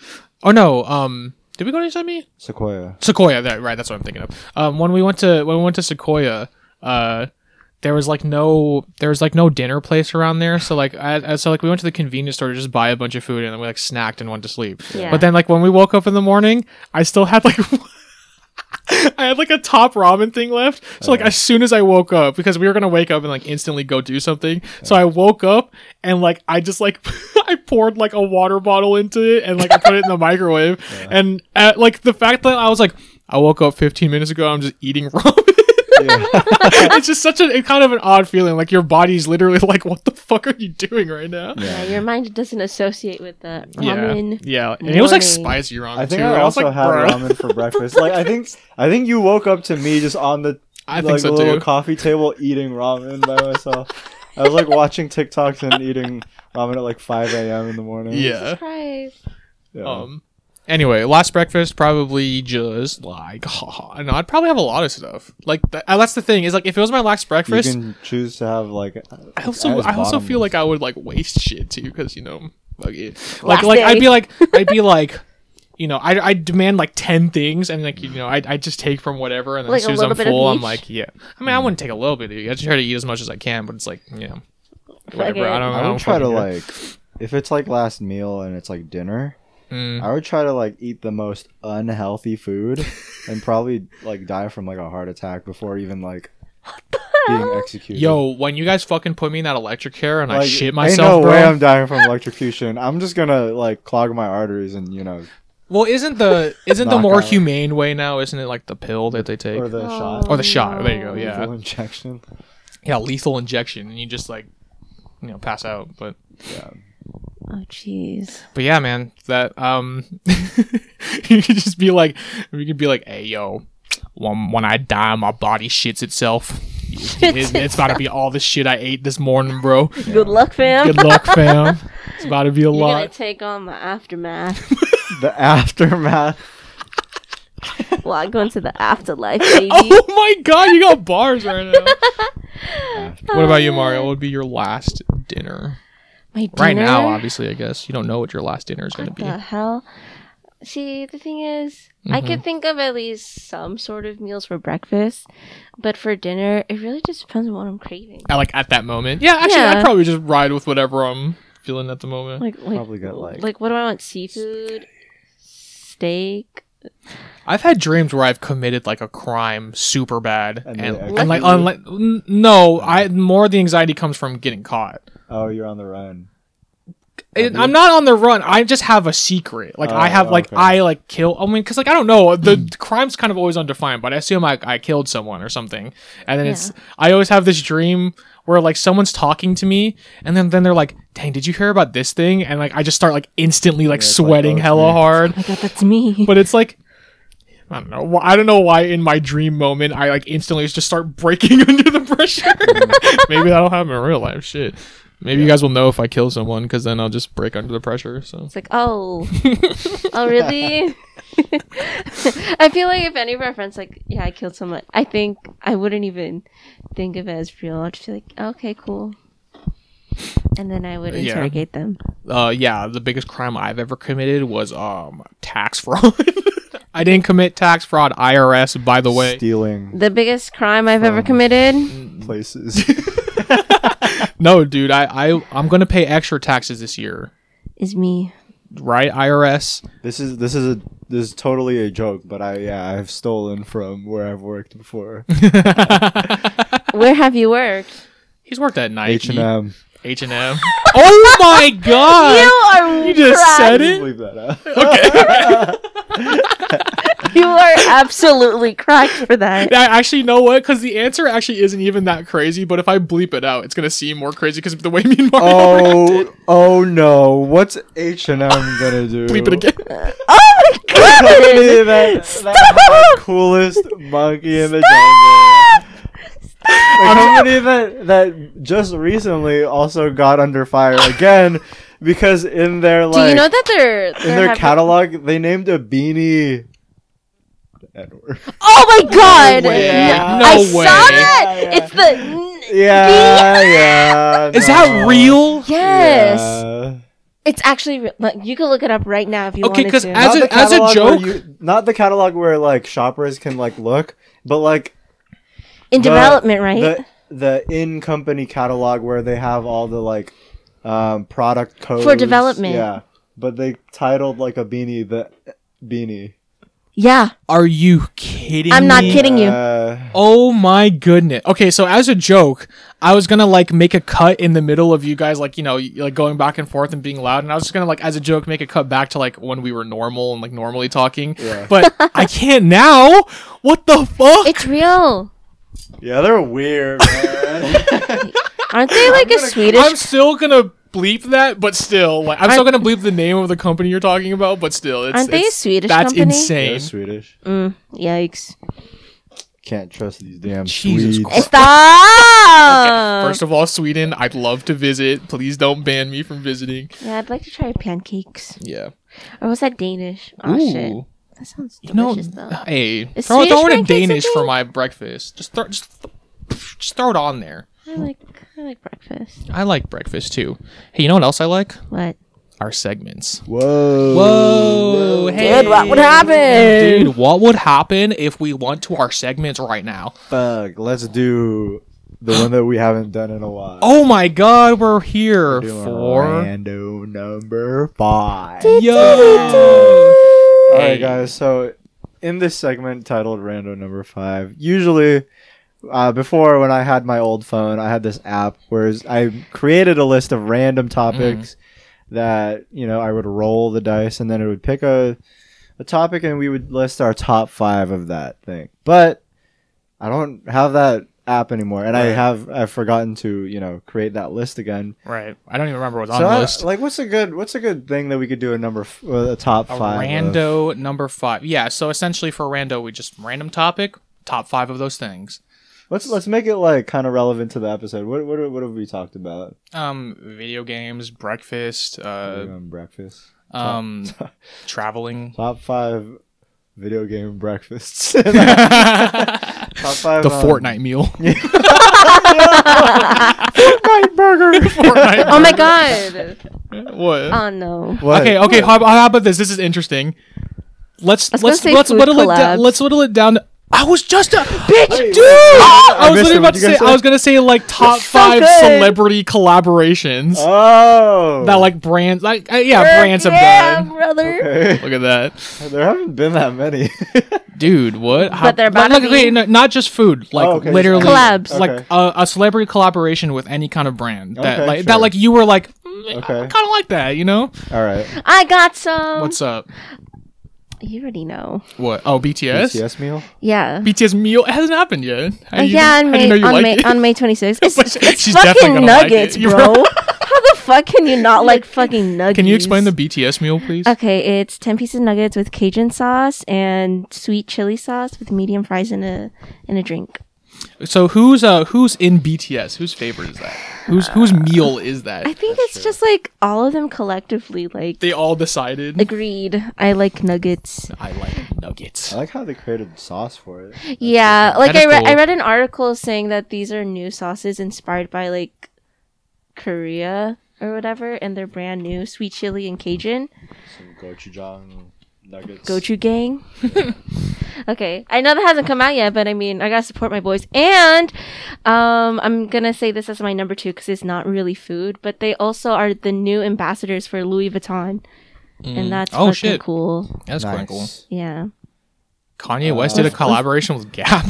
Speaker 2: oh no, um, did we go to Yosemite?
Speaker 1: Sequoia.
Speaker 2: Sequoia, that, right? That's what I'm thinking of. Um, when we went to when we went to Sequoia, uh, there was like no there was like no dinner place around there. So like I, I- so like we went to the convenience store to just buy a bunch of food and then we like snacked and went to sleep.
Speaker 3: Yeah.
Speaker 2: But then like when we woke up in the morning, I still had like. I had like a top ramen thing left. So like as soon as I woke up, because we were gonna wake up and like instantly go do something. So I woke up and like I just like I poured like a water bottle into it and like I put it in the microwave. And uh like the fact that I was like I woke up 15 minutes ago. I'm just eating ramen. it's just such a it kind of an odd feeling. Like your body's literally like, what the fuck are you doing right now?
Speaker 3: Yeah, your mind doesn't associate with the
Speaker 2: Yeah,
Speaker 3: ramen.
Speaker 2: yeah, and it was like
Speaker 3: morning.
Speaker 2: spicy ramen
Speaker 1: I think
Speaker 2: too.
Speaker 1: I
Speaker 2: was
Speaker 1: also
Speaker 2: like,
Speaker 1: had
Speaker 2: "Bruh."
Speaker 1: ramen for breakfast. Like I think I think you woke up to me just on the
Speaker 2: I think
Speaker 1: like
Speaker 2: so,
Speaker 1: little
Speaker 2: too.
Speaker 1: coffee table eating ramen by myself. I was like watching
Speaker 2: Uh.
Speaker 1: TikToks and eating ramen at like 5 a.m. in the morning.
Speaker 2: Yeah.
Speaker 3: Christ.
Speaker 1: Yeah.
Speaker 2: Um, Anyway, last breakfast probably just like, and I'd probably have a lot of stuff. Like th- uh, that's the thing is like if it was my last breakfast,
Speaker 1: you can choose to have like.
Speaker 2: I also I also feel like I would like waste shit too because you know like it- like,
Speaker 3: Last
Speaker 2: like
Speaker 3: day.
Speaker 2: I'd be like I'd be like you know I I demand like ten things and like you know I I just take from whatever and then
Speaker 3: Like
Speaker 2: as
Speaker 3: a
Speaker 2: soon as
Speaker 3: little
Speaker 2: I'm
Speaker 3: bit of
Speaker 2: full I'm
Speaker 3: each?
Speaker 2: like yeah I mean I wouldn't take a little bit of it. I just try to eat as much as I can but it's like yeah whatever
Speaker 3: it.
Speaker 2: I don't
Speaker 1: I
Speaker 2: don't
Speaker 1: would try to
Speaker 2: fucking care.
Speaker 1: like, if it's like last meal and it's like dinner,
Speaker 2: Mm.
Speaker 1: I would try to like eat the most unhealthy food and probably like die from like a heart attack before even like being executed.
Speaker 2: yo when you guys fucking put me in that electric chair and I
Speaker 1: Like,
Speaker 2: shit
Speaker 1: Ain't no
Speaker 2: myself
Speaker 1: way
Speaker 2: bro
Speaker 1: I'm dying from electrocution. I'm just gonna like clog my arteries and you know
Speaker 2: well isn't the isn't the
Speaker 1: Knock
Speaker 2: more
Speaker 1: out.
Speaker 2: humane way now isn't it like the pill that they take
Speaker 1: or the
Speaker 3: Oh.
Speaker 1: shot
Speaker 2: Or the shot there you go
Speaker 3: no.
Speaker 2: yeah
Speaker 1: lethal injection.
Speaker 2: yeah lethal injection and you just like you know pass out but
Speaker 3: Oh, jeez.
Speaker 2: but yeah man that um you could just be like you could be like hey yo when, when i die my body shits itself it's, it's about to be all the shit i ate this morning bro
Speaker 3: Good luck, fam.
Speaker 2: good luck fam it's about to be a
Speaker 3: You're gonna
Speaker 2: lot
Speaker 3: take on the aftermath.
Speaker 1: The aftermath.
Speaker 3: well, I go into the afterlife, baby.
Speaker 2: oh my god you got bars right now what about you mario what would be your last dinner
Speaker 3: My dinner?
Speaker 2: right now obviously i guess you don't know what your last dinner is going to
Speaker 3: What
Speaker 2: be
Speaker 3: the hell? See, the thing is,
Speaker 2: Mm-hmm.
Speaker 3: I could think of at least some sort of meals for breakfast, but for dinner, it really just depends on what I'm craving.
Speaker 2: I, like at that moment yeah actually
Speaker 3: Yeah.
Speaker 2: i'd probably just ride with whatever i'm feeling at the moment
Speaker 3: Like, like,
Speaker 1: Probably got, like-
Speaker 3: what do I want? Seafood, steak.
Speaker 2: I've had dreams where I've committed like a crime super bad,
Speaker 1: And
Speaker 2: and,
Speaker 1: they
Speaker 2: and,
Speaker 1: actually-
Speaker 2: like unli- n- no, I more the anxiety comes from getting caught.
Speaker 1: Oh, you're on the run.
Speaker 2: And I'm not on the run. I just have a secret. Like I
Speaker 1: Oh,
Speaker 2: have like
Speaker 1: okay.
Speaker 2: I like kill. I mean, because like I don't know.
Speaker 1: Hmm.
Speaker 2: The crime's kind of always undefined, but I assume I, I killed someone or something. And then it's I always have this dream where like someone's talking to me, and then then they're like, "Dang, did you hear about this thing?" And like I just start like instantly like
Speaker 1: it's like,
Speaker 2: sweating
Speaker 1: oh, it's
Speaker 2: hella
Speaker 1: me.
Speaker 2: hard.
Speaker 3: God, that's me.
Speaker 2: but it's like I don't know. wh- I don't know why in my dream moment I like instantly just start breaking under the pressure. Maybe that'll happen in real life. Shit. Maybe you guys will know if I kill someone because then I'll just break under the pressure. So
Speaker 3: It's like, oh, oh, really? I feel like if any of our friends like, yeah, I killed someone, I think I wouldn't even think of it as real. I'd just be like, okay, cool, and then I would
Speaker 2: Yeah.
Speaker 3: interrogate them.
Speaker 2: uh, yeah, the biggest crime I've ever committed was um tax fraud. I didn't commit tax fraud. IRS, by the way.
Speaker 1: Stealing
Speaker 3: The biggest crime I've ever committed.
Speaker 1: places.
Speaker 2: No, dude. I I I'm gonna pay extra taxes this year,
Speaker 3: is me.
Speaker 2: right? IRS.
Speaker 1: this is this is a this is totally a joke, but I yeah I've stolen from where I've worked before.
Speaker 3: Where have you worked?
Speaker 2: He's worked at night.
Speaker 1: H and M.
Speaker 2: H and M. Oh my god.
Speaker 3: are
Speaker 2: You just said it.
Speaker 1: Leave that out.
Speaker 3: You are absolutely cracked for that.
Speaker 2: I actually know what because the answer actually isn't even that crazy. But if I bleep it out, it's gonna seem more crazy because the way me and Mario reacted.
Speaker 1: Oh, oh no! What's H and M gonna do?
Speaker 2: bleep it again.
Speaker 3: Oh my god!
Speaker 1: Hey, that, that
Speaker 3: Stop!
Speaker 1: coolest monkey in the jungle. A company that that just recently also got under fire again because in their
Speaker 3: Do
Speaker 1: like
Speaker 3: you know that they're,
Speaker 1: in
Speaker 3: they're
Speaker 1: their
Speaker 3: having-
Speaker 1: catalog they named a beanie. Edward.
Speaker 3: Oh my god!
Speaker 2: way.
Speaker 3: Yeah.
Speaker 2: No
Speaker 3: I
Speaker 2: way.
Speaker 3: saw that.
Speaker 1: Yeah, yeah.
Speaker 3: It's the
Speaker 1: Yeah, yeah.
Speaker 2: Is
Speaker 1: no.
Speaker 2: that real?
Speaker 3: yes.
Speaker 1: Yeah.
Speaker 3: It's actually re- look, you can look it up right now if you
Speaker 2: Okay,
Speaker 3: wanted
Speaker 2: 'cause
Speaker 3: to.
Speaker 2: as-
Speaker 1: Not
Speaker 2: a-
Speaker 1: the
Speaker 2: as a
Speaker 1: catalog where
Speaker 2: joke-
Speaker 1: you- not the catalog where like shoppers can like look, but like
Speaker 3: in
Speaker 1: the-
Speaker 3: development, right?
Speaker 1: The the in company catalog where they have all the like um, product codes
Speaker 3: development.
Speaker 1: Yeah, but they titled like a beanie the beanie.
Speaker 3: yeah,
Speaker 2: Are you kidding?
Speaker 3: I'm not
Speaker 2: me?
Speaker 3: kidding you.
Speaker 1: Uh,
Speaker 2: Oh my goodness. Okay, so as a joke, I was gonna like make a cut in the middle of you guys, like you know, y- like going back and forth and being loud, and I was just gonna like as a joke make a cut back to like when we were normal and like normally talking.
Speaker 1: Yeah.
Speaker 2: But I can't now. What the fuck?
Speaker 3: it's real.
Speaker 1: yeah, they're weird. Man.
Speaker 3: Aren't they like a Swedish?
Speaker 2: I'm still gonna bleep that, but still, like, I'm still gonna bleep the name of the company you're talking about, but still, it's,
Speaker 3: Aren't they a
Speaker 2: it's-
Speaker 3: Swedish
Speaker 2: That's
Speaker 3: company?
Speaker 1: they're
Speaker 2: insane.
Speaker 1: Swedish.
Speaker 3: Yikes!
Speaker 1: Can't trust these damn
Speaker 2: Jesus
Speaker 1: Swedes.
Speaker 2: Christ.
Speaker 3: Stop.
Speaker 2: First of all, Sweden, I'd love to visit. Please don't ban me from visiting.
Speaker 3: yeah, I'd like to try pancakes.
Speaker 2: Yeah,
Speaker 3: Or was that Danish? Oh shit, that sounds
Speaker 2: You know, uh,
Speaker 3: delicious though.
Speaker 2: hey,
Speaker 3: Is
Speaker 2: throw,
Speaker 3: Swedish
Speaker 2: throw in a
Speaker 3: pancakes a
Speaker 2: Danish for
Speaker 3: thing?
Speaker 2: my breakfast. Just throw, just, th- just throw it on there.
Speaker 3: I like I like breakfast.
Speaker 2: I like breakfast too. Hey, you know what else I like?
Speaker 3: What?
Speaker 2: Our segments.
Speaker 1: Whoa.
Speaker 2: Whoa, hey,
Speaker 3: Dude, what would happen?
Speaker 2: dude, what would happen if we went to our segments right now?
Speaker 1: Fuck. Let's do the one that we haven't done in a while.
Speaker 2: Oh my God, we're here
Speaker 1: Doing
Speaker 2: for
Speaker 1: rando number five.
Speaker 2: yo.
Speaker 1: All
Speaker 2: Hey.
Speaker 1: right, guys. So, in this segment titled "Rando Number Five, usually, uh, before when I had my old phone, I had this app where I created a list of random topics
Speaker 2: Mm-hmm.
Speaker 1: that you know I would roll the dice, and then it would pick a a topic, and we would list our top five of that thing. But I don't have that app anymore, and I
Speaker 2: Right.
Speaker 1: have I've forgotten to you know create that list again.
Speaker 2: Right, I don't even remember what's on
Speaker 1: so,
Speaker 2: the
Speaker 1: I-
Speaker 2: list.
Speaker 1: like, what's a good what's a good thing that we could do a number f- uh, a top
Speaker 2: A
Speaker 1: five of?
Speaker 2: rando number five. Yeah, so essentially for rando, we just random topic, top five of those things.
Speaker 1: Let's let's make it like kind of relevant to the episode. What what what have we talked about?
Speaker 2: Um, video games, breakfast,
Speaker 1: Video
Speaker 2: uh,
Speaker 1: game breakfast.
Speaker 2: um, traveling.
Speaker 1: Top five video game breakfasts. top
Speaker 2: the
Speaker 1: five. um,
Speaker 2: Fortnite meal.
Speaker 1: Fortnite burger.
Speaker 2: Fortnite.
Speaker 3: Oh my god!
Speaker 2: What?
Speaker 1: Uh,
Speaker 3: Oh no.
Speaker 1: What?
Speaker 2: Okay, okay. How, how about this? This is interesting. Let's
Speaker 3: I
Speaker 2: let's
Speaker 3: was gonna say
Speaker 2: let's
Speaker 3: food
Speaker 2: whittle it
Speaker 3: collabs.
Speaker 2: down. Let's whittle it down. to- I was just a bitch,
Speaker 1: Hey,
Speaker 2: dude. I,
Speaker 1: I
Speaker 2: was
Speaker 1: missed
Speaker 2: literally
Speaker 1: it.
Speaker 2: about
Speaker 1: What'd you
Speaker 2: to say.
Speaker 1: guys say?
Speaker 2: I was gonna say like top
Speaker 3: so
Speaker 2: five
Speaker 3: good.
Speaker 2: celebrity collaborations
Speaker 1: Oh.
Speaker 2: that like brands like uh, yeah
Speaker 3: Frick
Speaker 2: brands have
Speaker 3: yeah,
Speaker 2: done.
Speaker 3: brother.
Speaker 1: Okay.
Speaker 2: Look at that,
Speaker 1: There haven't been that many.
Speaker 2: dude. What? How,
Speaker 3: they're about
Speaker 2: not,
Speaker 3: to
Speaker 2: like, wait,
Speaker 3: be.
Speaker 2: no, not just food. Like
Speaker 1: Oh, okay, just
Speaker 2: literally
Speaker 3: Collabs.
Speaker 2: Like
Speaker 1: Okay.
Speaker 2: a, a celebrity collaboration with any kind of brand that
Speaker 1: Okay,
Speaker 2: like
Speaker 1: sure.
Speaker 2: that like you were like mm,
Speaker 1: Okay.
Speaker 2: kind of like that. You know
Speaker 1: All right.
Speaker 3: I got some.
Speaker 2: what's up?
Speaker 3: You already know.
Speaker 2: What? Oh, BTS.
Speaker 1: BTS meal.
Speaker 3: Yeah.
Speaker 2: BTS meal it hasn't happened yet. How
Speaker 3: Uh,
Speaker 2: do you-
Speaker 3: yeah, on
Speaker 2: how do
Speaker 3: May
Speaker 2: you know you
Speaker 3: on,
Speaker 2: like
Speaker 3: May,
Speaker 2: it?
Speaker 3: on May 26th. It's,
Speaker 2: But
Speaker 3: it's
Speaker 2: she's definitely
Speaker 3: fucking
Speaker 2: gonna like
Speaker 3: nuggets,
Speaker 2: it. You're
Speaker 3: bro. How the fuck can you not like fucking nuggets?
Speaker 2: Can you explain the BTS meal, please?
Speaker 3: Okay, it's 10 pieces of nuggets with Cajun sauce and sweet chili sauce with medium fries and a and a drink.
Speaker 2: So who's uh who's in BTS? Whose favorite is that? Whose whose meal is that?
Speaker 3: Uh, I think it's just like all of them collectively like
Speaker 2: they all decided.
Speaker 3: agreed. I like nuggets.
Speaker 2: I like nuggets.
Speaker 1: I like how they created sauce for it.
Speaker 3: Yeah, like
Speaker 2: That
Speaker 3: I
Speaker 2: is
Speaker 3: read, I
Speaker 2: cool.
Speaker 3: read an article saying that these are new sauces inspired by like Korea or whatever, and they're brand new. Sweet chili and Cajun
Speaker 1: Some gochujang nuggets.
Speaker 3: gochujang. okay, I know that hasn't come out yet, but I mean, I gotta support my boys. And um, I'm gonna say this as my number two because it's not really food, but they also are the new ambassadors for Louis Vuitton, and that's
Speaker 2: Oh,
Speaker 3: fucking
Speaker 2: shit.
Speaker 3: cool.
Speaker 2: That's quite
Speaker 1: Nice. Uh,
Speaker 2: cool.
Speaker 3: Yeah,
Speaker 2: Kanye West did a collaboration with Gap.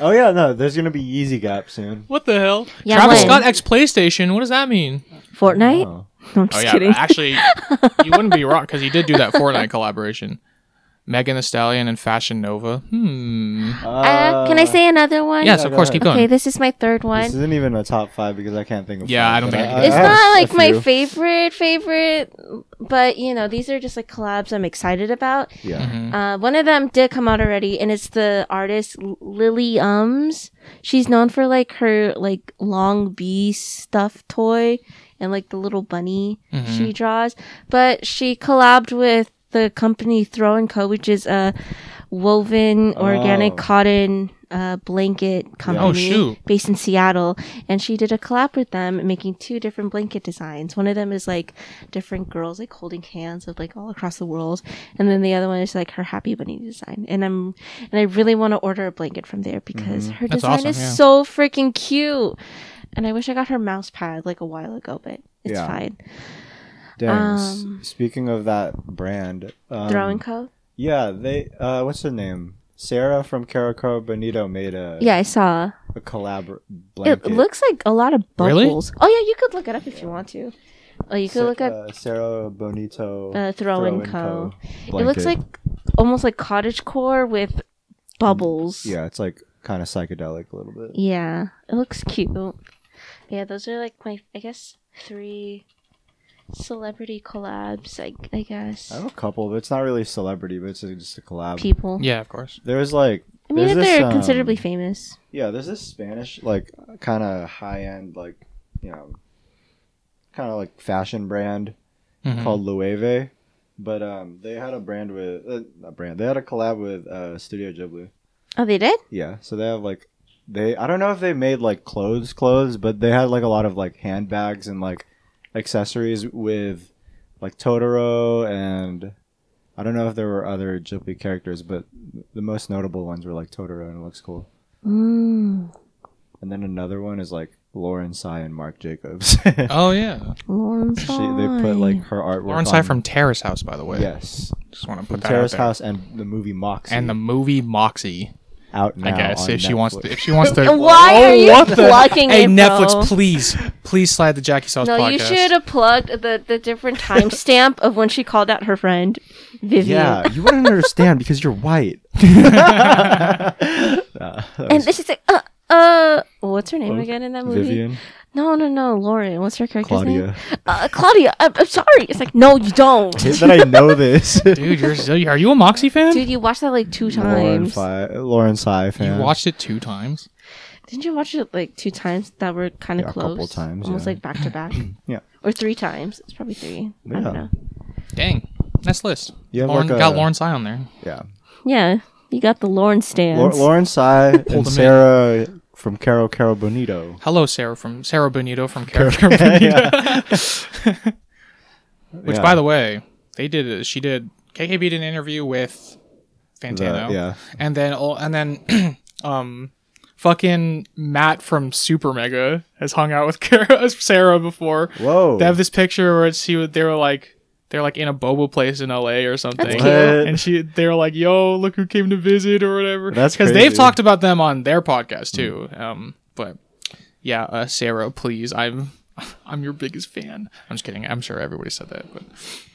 Speaker 1: Oh yeah, no. There's gonna be Yeezy Gap soon.
Speaker 2: what the hell?
Speaker 3: Yeah,
Speaker 2: Travis
Speaker 3: when?
Speaker 2: Scott X PlayStation. What does that mean?
Speaker 3: Fortnite.
Speaker 1: Oh.
Speaker 3: No, I'm just kidding.
Speaker 2: actually, you wouldn't be wrong because he did do that Fortnite collaboration. Megan Thee Stallion and Fashion Nova. Hmm.
Speaker 3: Uh, can I say another one?
Speaker 2: yes, of
Speaker 1: go
Speaker 2: course.
Speaker 1: ahead.
Speaker 2: Keep
Speaker 3: Okay,
Speaker 2: going.
Speaker 3: this is my third
Speaker 1: This
Speaker 3: one.
Speaker 1: isn't even a top five because I can't think of.
Speaker 2: Yeah,
Speaker 1: five,
Speaker 2: I don't
Speaker 1: but
Speaker 2: think I can
Speaker 1: I-
Speaker 2: think
Speaker 3: It's
Speaker 1: I have
Speaker 3: not
Speaker 1: a
Speaker 3: like my
Speaker 1: few.
Speaker 3: favorite favorite, but you know these are just like collabs I'm excited about.
Speaker 1: Yeah.
Speaker 2: Mm-hmm.
Speaker 3: Uh, one of them did come out already, and it's the artist L- Lily Ums. She's known for like her like long bee stuffed toy and like the little bunny she draws. But she collabed with the company Throw and Co, which is a woven organic
Speaker 1: Oh.
Speaker 3: cotton uh, blanket company
Speaker 2: Oh, shoot.
Speaker 3: based in Seattle. And she did a collab with them, making two different blanket designs. One of them is like different girls like holding hands of like all across the world, and then the other one is like her happy bunny design. And I'm and I really want to order a blanket from there because her
Speaker 2: Mm-hmm. That's
Speaker 3: design
Speaker 2: awesome,
Speaker 3: is
Speaker 2: yeah.
Speaker 3: so freaking cute. And I wish I got her mouse pad like a while ago, but it's
Speaker 1: Yeah.
Speaker 3: fine.
Speaker 1: Dang. s-
Speaker 3: Um,
Speaker 1: speaking of that brand, um,
Speaker 3: Throwing co.
Speaker 1: Yeah, they. Uh, what's her name? Sarah from Carico Bonito made a
Speaker 3: Yeah, I saw.
Speaker 1: a collab
Speaker 3: It
Speaker 1: blanket.
Speaker 3: looks like a lot of
Speaker 2: Really?
Speaker 3: bubbles. Oh yeah, you could look it up if you want to. Oh, you could
Speaker 1: Sa-
Speaker 3: look up
Speaker 1: uh, Sarah Bonito
Speaker 3: Uh, Throw and Co. It looks
Speaker 1: blanket.
Speaker 3: like almost like cottage core with bubbles.
Speaker 1: yeah, it's like kind of psychedelic a little bit.
Speaker 3: Yeah. It looks cute. Yeah, those are like my I guess three celebrity collabs, I, I guess.
Speaker 1: I have a couple, but it's not really celebrity, but it's just a collab.
Speaker 3: People.
Speaker 2: Yeah, of course.
Speaker 1: There was like
Speaker 3: I mean
Speaker 1: there's
Speaker 3: if
Speaker 1: this,
Speaker 3: they're
Speaker 1: um,
Speaker 3: considerably famous.
Speaker 1: Yeah, there's this Spanish like kind of high end like you know kind of like fashion brand
Speaker 2: Mhm.
Speaker 1: called Lueve. But um, they had a brand with uh, not brand. They had a collab with uh, Studio Ghibli.
Speaker 3: Oh, they did?
Speaker 1: Yeah, so they have like they. I don't know if they made like clothes, clothes, but they had like a lot of like handbags and like accessories with like Totoro and I don't know if there were other Ghibli characters, but the most notable ones were like Totoro and it looks cool.
Speaker 3: Mm.
Speaker 1: And then another one is like Lauren Sai and Mark Jacobs.
Speaker 2: Oh yeah,
Speaker 3: Lauren
Speaker 1: she, they put like her artwork.
Speaker 2: Lauren Sai
Speaker 1: on-
Speaker 2: from Terrace House, by the way.
Speaker 1: yes,
Speaker 2: just want to
Speaker 1: from
Speaker 2: put that
Speaker 1: Terrace
Speaker 2: out there.
Speaker 1: House and the movie Moxie
Speaker 2: and the movie Moxie.
Speaker 1: out now.
Speaker 2: I guess
Speaker 1: on
Speaker 2: if she wants
Speaker 1: Netflix.
Speaker 2: to, if she wants to.
Speaker 3: Why
Speaker 1: Oh,
Speaker 3: are you plugging
Speaker 2: Hey
Speaker 3: it,
Speaker 2: Netflix,
Speaker 3: bro?
Speaker 2: please, please slide the Jackie Sauce
Speaker 3: No,
Speaker 2: podcast.
Speaker 3: you should have plugged the, the different timestamp of when she called out her friend, Vivian.
Speaker 1: Yeah, you wouldn't understand because you're white. Nah, that
Speaker 3: And
Speaker 1: was
Speaker 3: she's like, uh, uh, what's her name
Speaker 1: Cloak?
Speaker 3: again in that movie?
Speaker 1: Oh, Vivian,
Speaker 3: No, no, no, Lauren. What's her character's name?
Speaker 1: Claudia.
Speaker 3: Uh, Claudia. I'm, I'm sorry. It's like, no, you don't.
Speaker 1: Hate that I know this.
Speaker 2: Dude, you're so- are you a Moxie fan?
Speaker 3: Dude, you watched that like two
Speaker 1: Lauren,
Speaker 3: times.
Speaker 1: Fi- Lauren Sai fan.
Speaker 2: You watched it two times.
Speaker 3: Didn't you watch it like two times that were kind of
Speaker 1: Yeah, a
Speaker 3: close?
Speaker 1: couple times,
Speaker 3: Almost
Speaker 1: yeah.
Speaker 3: like back to back.
Speaker 1: Yeah.
Speaker 3: Or three times. It's probably three. I
Speaker 1: Yeah.
Speaker 3: don't know.
Speaker 2: Dang, nice list.
Speaker 1: You have
Speaker 2: Lauren,
Speaker 1: like a-
Speaker 2: got Lauren Sy on there.
Speaker 1: Yeah.
Speaker 3: Yeah. You got the Lauren
Speaker 1: Lau-
Speaker 3: stands.
Speaker 1: Lauren Sai
Speaker 2: them in.
Speaker 1: and Sarah from Caro Caro Bonito.
Speaker 2: Hello, Sarah from Sarah Bonito from Character
Speaker 1: Yeah.
Speaker 2: Which, by the way, they did. a- She did. KKB did an interview with Fantano.
Speaker 1: yeah.
Speaker 2: and then all- and then um, fucking Matt from Super Mega has hung out with Kara, Sarah before.
Speaker 1: Whoa.
Speaker 2: They have this picture where it's, she would- they were like they're like in a boba place in LA or something.
Speaker 3: That's
Speaker 1: cute. What?
Speaker 2: And she they were like, "Yo, look who came to visit" or whatever.
Speaker 1: That's
Speaker 2: because they've
Speaker 1: crazy. Hmm.
Speaker 2: talked about them on their podcast too. Um, but yeah, uh, Sarah, please, I'm. I'm your biggest fan. I'm just kidding. I'm sure everybody said that, but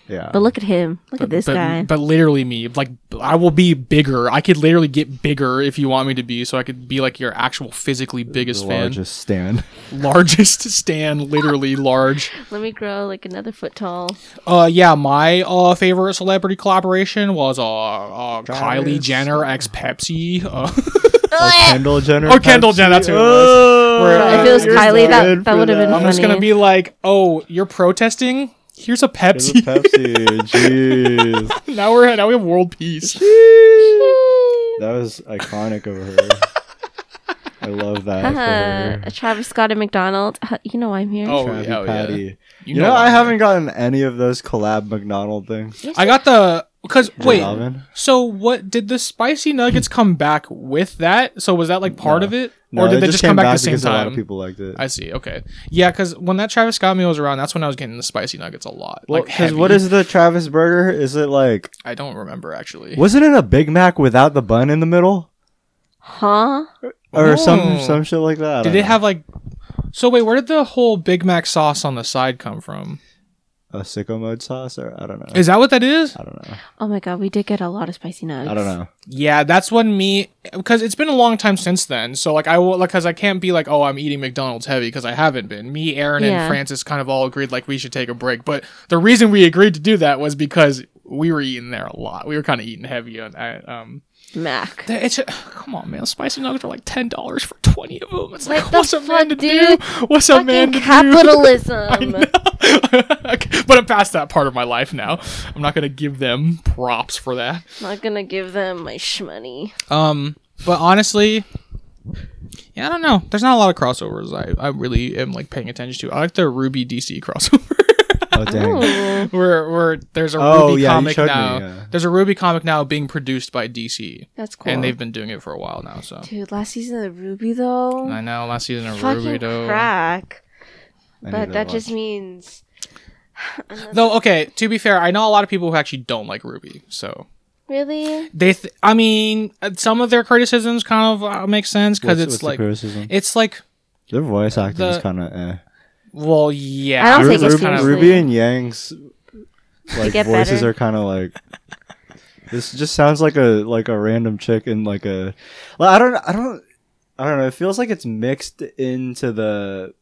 Speaker 1: yeah.
Speaker 3: but look at him. Look at this
Speaker 2: but,
Speaker 3: guy.
Speaker 2: But literally me, like I will be bigger. I could literally get bigger if you want me to be, so I could be like your actual physically biggest
Speaker 1: the
Speaker 2: fan,
Speaker 1: largest stand.
Speaker 2: largest stand, literally large.
Speaker 3: Let me grow like another foot tall.
Speaker 2: Uh, yeah, my uh favorite celebrity collaboration was uh, uh Kylie Jenner ex Pepsi. Uh,
Speaker 1: Kendall Jenner.
Speaker 2: Or Kendall
Speaker 1: Pepsi.
Speaker 2: Jenner, that's who it was.
Speaker 1: Oh,
Speaker 2: Where, uh,
Speaker 3: if it was
Speaker 1: you're
Speaker 3: Kylie,
Speaker 1: good
Speaker 3: that,
Speaker 1: for
Speaker 3: that would have been
Speaker 1: that.
Speaker 2: I'm
Speaker 3: funny.
Speaker 2: just gonna be like, oh, you're protesting. Here's a
Speaker 1: Here's a
Speaker 2: Pepsi.
Speaker 1: Pepsi. Jeez.
Speaker 2: now we're now we have world peace.
Speaker 1: That was iconic of her. I love that for
Speaker 3: Haha,
Speaker 1: her.
Speaker 3: a Uh-huh. Travis Scott and McDonald. Uh, You know I'm here.
Speaker 2: Uh-huh. Oh,
Speaker 1: Krabby
Speaker 2: yeah, oh, yeah.
Speaker 1: Patty.
Speaker 2: You
Speaker 1: You,
Speaker 2: know
Speaker 1: know,
Speaker 2: I'm
Speaker 1: I
Speaker 2: here.
Speaker 1: haven't gotten any of those collab McDonald things.
Speaker 2: I got the because wait.
Speaker 1: Robin?
Speaker 2: So what did the spicy nuggets come back with that? So was that like part
Speaker 1: No.
Speaker 2: of it,
Speaker 1: No,
Speaker 2: or did
Speaker 1: it
Speaker 2: they just, come
Speaker 1: came
Speaker 2: back, the same
Speaker 1: because A lot of
Speaker 2: time?
Speaker 1: people liked it.
Speaker 2: I see. Okay, yeah, because when that Travis Scott meal was around, that's when I was getting the spicy nuggets a lot.
Speaker 1: Well,
Speaker 2: like,
Speaker 1: 'cause
Speaker 2: heavy.
Speaker 1: what is the Travis burger? Is it like
Speaker 2: I don't remember actually.
Speaker 1: wasn't it a Big Mac without the bun in the middle
Speaker 3: Huh?
Speaker 1: or some
Speaker 2: Oh.
Speaker 1: some shit like that? I
Speaker 2: Did
Speaker 1: don't
Speaker 2: it have like? So wait, where did the whole Big Mac sauce on the side come from?
Speaker 1: know. a sicko mode sauce or I don't know?
Speaker 2: Is that what that is?
Speaker 1: I don't know.
Speaker 3: Oh my god, we did get a lot of spicy nugs.
Speaker 1: I don't know.
Speaker 2: Yeah, that's when me because it's been a long time since then. So like I will like because I can't be like oh I'm eating McDonald's heavy because I haven't been. Me, Aaron,
Speaker 3: Yeah.
Speaker 2: and Francis kind of all agreed like we should take a break. But the reason we agreed to do that was because we were eating there a lot. We were kind of eating heavy on that. Um,
Speaker 3: Mac.
Speaker 2: th- it's uh, come on man, spicy nuggets are like ten dollars for twenty of them. It's like
Speaker 3: What the
Speaker 2: what's a man to
Speaker 3: fuck, dude?
Speaker 2: do? What's a man
Speaker 3: Fucking
Speaker 2: to
Speaker 3: capitalism.
Speaker 2: do? Okay, but I'm past that part of my life now. I'm not gonna give them props for that.
Speaker 3: Not gonna give them my shmoney.
Speaker 2: Um, but honestly, yeah, I don't know. There's not a lot of crossovers. I, I really am like paying attention to. I like the Ruby DC crossover.
Speaker 1: Oh dang.
Speaker 3: Ooh.
Speaker 2: where where there's a
Speaker 1: Oh,
Speaker 2: Ruby
Speaker 1: yeah, you
Speaker 2: comic
Speaker 1: showed me,
Speaker 2: now.
Speaker 1: yeah.
Speaker 2: There's a Ruby comic now being produced by DC,
Speaker 3: That's cool.
Speaker 2: and they've been doing it for a while now. So
Speaker 3: Dude, last season of Ruby though.
Speaker 2: I know last season of
Speaker 3: Fucking
Speaker 2: Ruby though.
Speaker 3: crack.
Speaker 1: I need
Speaker 3: But
Speaker 1: to
Speaker 3: that
Speaker 1: watch.
Speaker 3: just means
Speaker 2: Though okay, to be fair, I know a lot of people who actually don't like Ruby. So
Speaker 3: really
Speaker 2: they, th- I mean, uh, some of their criticisms kind of uh, make sense because
Speaker 1: What's-
Speaker 2: it's
Speaker 1: what's the
Speaker 2: like
Speaker 1: criticism?
Speaker 2: it's like
Speaker 1: Their voice acting
Speaker 2: the-
Speaker 1: is kind of eh.
Speaker 2: well, yeah.
Speaker 3: I don't
Speaker 1: Ru-
Speaker 3: think it's
Speaker 1: Ru-
Speaker 3: seriously.
Speaker 1: Ruby and Yang's like
Speaker 3: get
Speaker 1: voices
Speaker 3: better.
Speaker 1: are kind of like. This just sounds like a like a random chick in like a. Well, I don't. I don't. I don't know. It feels like it's mixed into the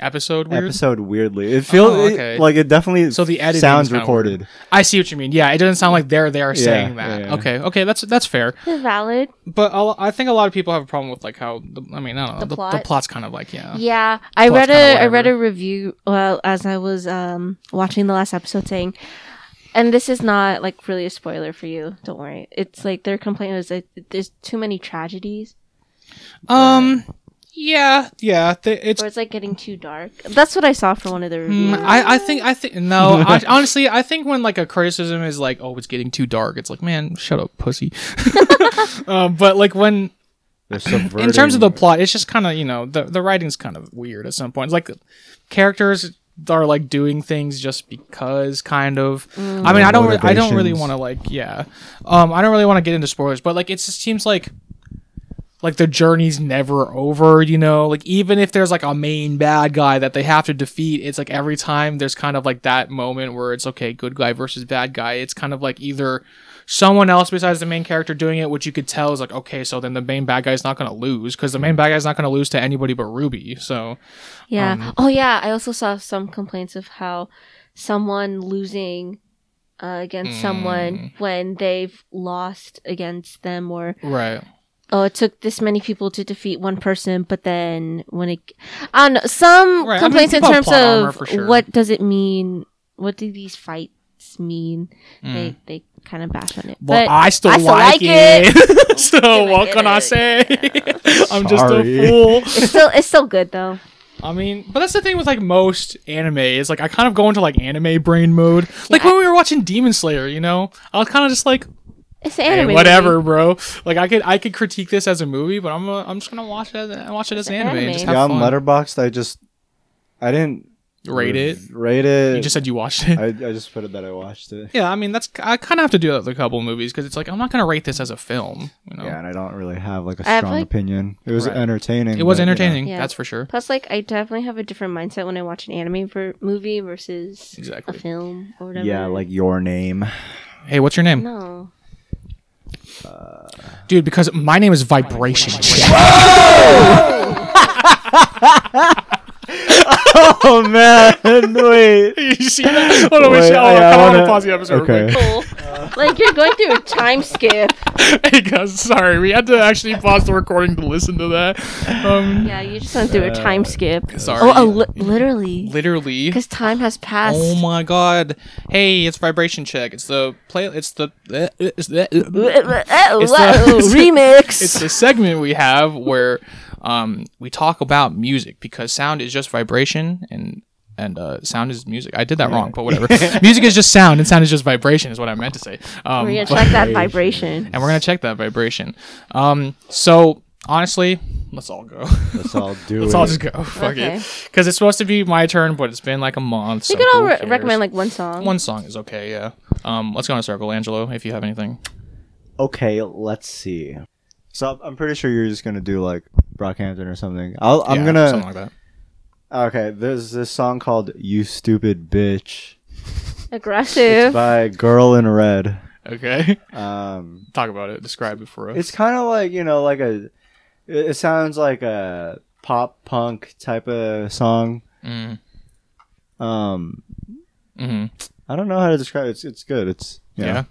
Speaker 2: episode weird.
Speaker 1: episode weirdly. It feels
Speaker 2: Oh, okay.
Speaker 1: like it definitely
Speaker 2: So the editing
Speaker 1: sounds
Speaker 2: is kinda
Speaker 1: recorded.
Speaker 2: I see what you mean. Yeah, it doesn't sound like they're there saying that.
Speaker 1: yeah.
Speaker 2: Okay, okay, that's that's fair.
Speaker 3: They're valid.
Speaker 2: But I'll, I think a lot of people have a problem with like how the, I mean I don't know the,
Speaker 3: The
Speaker 2: the,
Speaker 3: plot?
Speaker 2: plot's kind of like yeah.
Speaker 3: Yeah, I
Speaker 2: Well, it's
Speaker 3: read
Speaker 2: kinda
Speaker 3: a I read
Speaker 2: whatever.
Speaker 3: a review well as I was um watching the last episode saying and this is not like really a spoiler for you. Don't worry. It's like their complaint was that there's too many tragedies,
Speaker 2: Um, yeah, yeah. th- it's
Speaker 3: or it's like getting too dark. That's what I saw for one of the
Speaker 2: Mm,
Speaker 3: reviews.
Speaker 2: I, I think I think no. I, honestly, I think when like a criticism is like, "Oh, it's getting too dark," it's like, "Man, shut up, pussy." um, but like when in terms of the plot, it's just kind of you know the the writing's kind of weird at some points. Like characters are like doing things just because, kind of. I mean, I don't re- I don't really
Speaker 1: Motivations.
Speaker 2: want to like yeah. Um, I don't really want to get into spoilers, but like it just seems like like the journey's never over, you know? Like even if there's like a main bad guy that they have to defeat, it's like every time there's kind of like that moment where it's okay, good guy versus bad guy. It's kind of like either someone else besides the main character doing it, which you could tell is like okay, so then the main bad guy's not going to lose cuz the main bad guy's not going to lose to anybody but Ruby. So,
Speaker 3: Yeah.
Speaker 2: Um,
Speaker 3: oh yeah. I also saw some complaints of how someone losing uh, against
Speaker 2: Mm.
Speaker 3: someone when they've lost against them, or
Speaker 2: right.
Speaker 3: oh, it took this many people to defeat one person, but then when it, I don't know, some
Speaker 2: Right, I mean,
Speaker 3: complaints
Speaker 2: people
Speaker 3: in
Speaker 2: have
Speaker 3: terms
Speaker 2: plot armor for
Speaker 3: of
Speaker 2: sure.
Speaker 3: what does it mean? What do these fights mean?
Speaker 2: Mm.
Speaker 3: They they kind of bash on it,
Speaker 2: Well,
Speaker 3: but
Speaker 2: I still,
Speaker 3: I still
Speaker 2: like,
Speaker 3: like
Speaker 2: it. so
Speaker 3: Still
Speaker 2: what
Speaker 3: like
Speaker 2: can I
Speaker 3: it,
Speaker 2: say? I'm just a
Speaker 1: Sorry.
Speaker 2: fool.
Speaker 3: it's still it's still good though.
Speaker 2: I mean, but that's the thing with like most anime is like I kind of go into like anime brain mode. Like when we were watching Demon Slayer, you know, I was kind of just like,
Speaker 3: It's an
Speaker 2: hey,
Speaker 3: anime.
Speaker 2: whatever,
Speaker 3: movie.
Speaker 2: bro. Like I could I could critique this as a movie, but I'm uh, I'm just gonna watch it as, watch it as an anime. and
Speaker 3: anime.
Speaker 2: Just have
Speaker 1: yeah, on
Speaker 2: fun.
Speaker 1: Letterboxd, I just I didn't
Speaker 2: rate it.
Speaker 1: Rate it.
Speaker 2: You just said you watched it.
Speaker 1: I, I just put it that I watched it.
Speaker 2: yeah, I mean that's I kind of have to do that with a couple movies because it's like I'm not gonna rate this as a film. You know,
Speaker 1: Yeah, and I don't really have like a
Speaker 3: I have,
Speaker 1: strong
Speaker 3: like-
Speaker 1: opinion. It was
Speaker 2: Right.
Speaker 1: entertaining.
Speaker 2: it was
Speaker 1: but, you know,
Speaker 2: entertaining.
Speaker 3: Yeah.
Speaker 2: That's for sure.
Speaker 3: Plus, like, I definitely have a different mindset when I watch an anime ver- movie versus
Speaker 2: Exactly.
Speaker 3: a film or whatever.
Speaker 1: yeah, like your name.
Speaker 2: Hey, what's your name,
Speaker 3: no.
Speaker 2: dude? Because my name is Vibration.
Speaker 1: Oh man, wait.
Speaker 2: you see that? Hold on, wait,
Speaker 1: Wait,
Speaker 2: shit, hold on,
Speaker 1: yeah, I
Speaker 2: I want to
Speaker 1: wanna-
Speaker 2: pause the episode. real quick.
Speaker 1: okay.
Speaker 3: Cool. like you're going through a time skip.
Speaker 2: hey guys, sorry, we had to actually pause the recording to listen to that. Um,
Speaker 3: Yeah, you just went through a time skip.
Speaker 2: sorry.
Speaker 3: Oh, a li- literally,
Speaker 2: literally.
Speaker 3: because time has passed.
Speaker 2: Oh my god! Hey, it's vibration check. It's the play. It's the. It's the.
Speaker 3: Oh,
Speaker 2: It's
Speaker 3: wow,
Speaker 2: the-
Speaker 3: remix.
Speaker 2: It's the segment we have where, um, we talk about music because sound is just vibration and and uh, sound is music. I did that wrong, but whatever. music is just sound and sound is just vibration is what I meant to say. Um,
Speaker 3: We're gonna
Speaker 2: but-
Speaker 3: check that vibration.
Speaker 2: and we're gonna check that vibration. Um, so honestly, let's all go.
Speaker 1: Let's all do
Speaker 2: Let's
Speaker 1: it.
Speaker 2: all just go. Fuck
Speaker 3: Okay.
Speaker 2: it. Because it's supposed to be my turn, but it's been like a month.
Speaker 3: You
Speaker 2: so
Speaker 3: could all
Speaker 2: who
Speaker 3: re-
Speaker 2: cares?
Speaker 3: recommend like one song.
Speaker 2: one song is okay. Yeah. Um, let's go in a circle, Angelo. If you have anything.
Speaker 1: okay, let's see. So I'm pretty sure you're just gonna do like Brockhampton or something. I'll, I'm
Speaker 2: Yeah,
Speaker 1: gonna.
Speaker 2: something like that.
Speaker 1: Okay, there's this song called "You Stupid Bitch." It's
Speaker 3: Aggressive.
Speaker 1: by Girl in Red.
Speaker 2: Okay.
Speaker 1: Um,
Speaker 2: Talk about it. Describe it for us.
Speaker 1: it's kind of like you know, like a. It, it sounds like a pop punk type of song.
Speaker 2: Mm.
Speaker 1: Um,
Speaker 2: hmm
Speaker 1: I don't know how to describe it. It's, it's good. It's
Speaker 2: Yeah.
Speaker 1: yeah,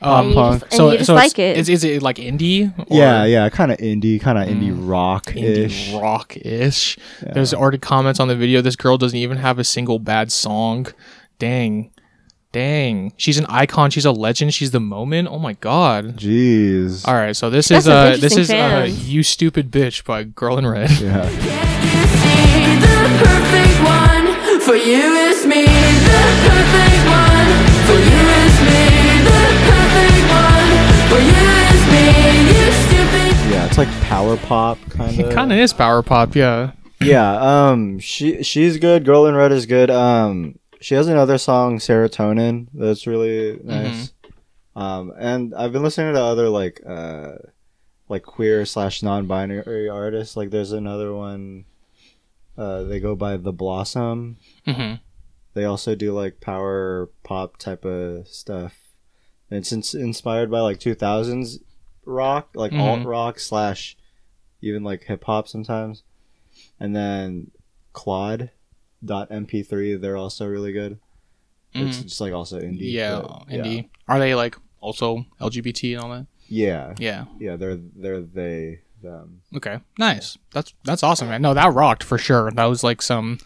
Speaker 3: And
Speaker 2: Um,
Speaker 3: you
Speaker 1: punk.
Speaker 3: just, and you just like it.
Speaker 2: Is, is it like indie? Or Mm.
Speaker 1: yeah, yeah. Kind of indie, kind of indie rock ish.
Speaker 2: Indie rock ish. There's already comments on the video. This girl doesn't even have a single bad song. Dang. Dang. She's an icon. She's a legend. She's the moment. Oh my god.
Speaker 1: Jeez.
Speaker 2: All right, so this
Speaker 3: That's
Speaker 2: is
Speaker 3: some
Speaker 2: uh this
Speaker 3: interesting
Speaker 2: is uh,
Speaker 3: fans.
Speaker 2: "You Stupid Bitch" by Girl in Red.
Speaker 1: Yeah.
Speaker 5: The perfect one for you is me. The perfect one for you is me. The perfect one for you is me. You stupid.
Speaker 1: Yeah, it's like power pop kind
Speaker 2: It
Speaker 1: of.
Speaker 2: kind of is power pop, yeah.
Speaker 1: Yeah, um she she's good. Girl in Red is good. Um she has another song Serotonin that's really nice. Um and I've been listening to other like uh like queer slash non binary artists. Like there's another one uh they go by The Blossom.
Speaker 2: hmm
Speaker 1: They also do like power pop type of stuff. And it's ins- inspired by like 2000s rock, like
Speaker 2: Mhm.
Speaker 1: alt rock slash even like hip hop sometimes. And then Claude dot mp3 they're also really good it's just like also indie
Speaker 2: Mm-hmm. Mm. Yeah,
Speaker 1: but-
Speaker 2: indie. Are they like also LGBT and all that?
Speaker 1: yeah
Speaker 2: Yeah.
Speaker 1: yeah they're they're they them
Speaker 2: Okay. Nice. That's that's awesome, man. No, that rocked for sure. That was like some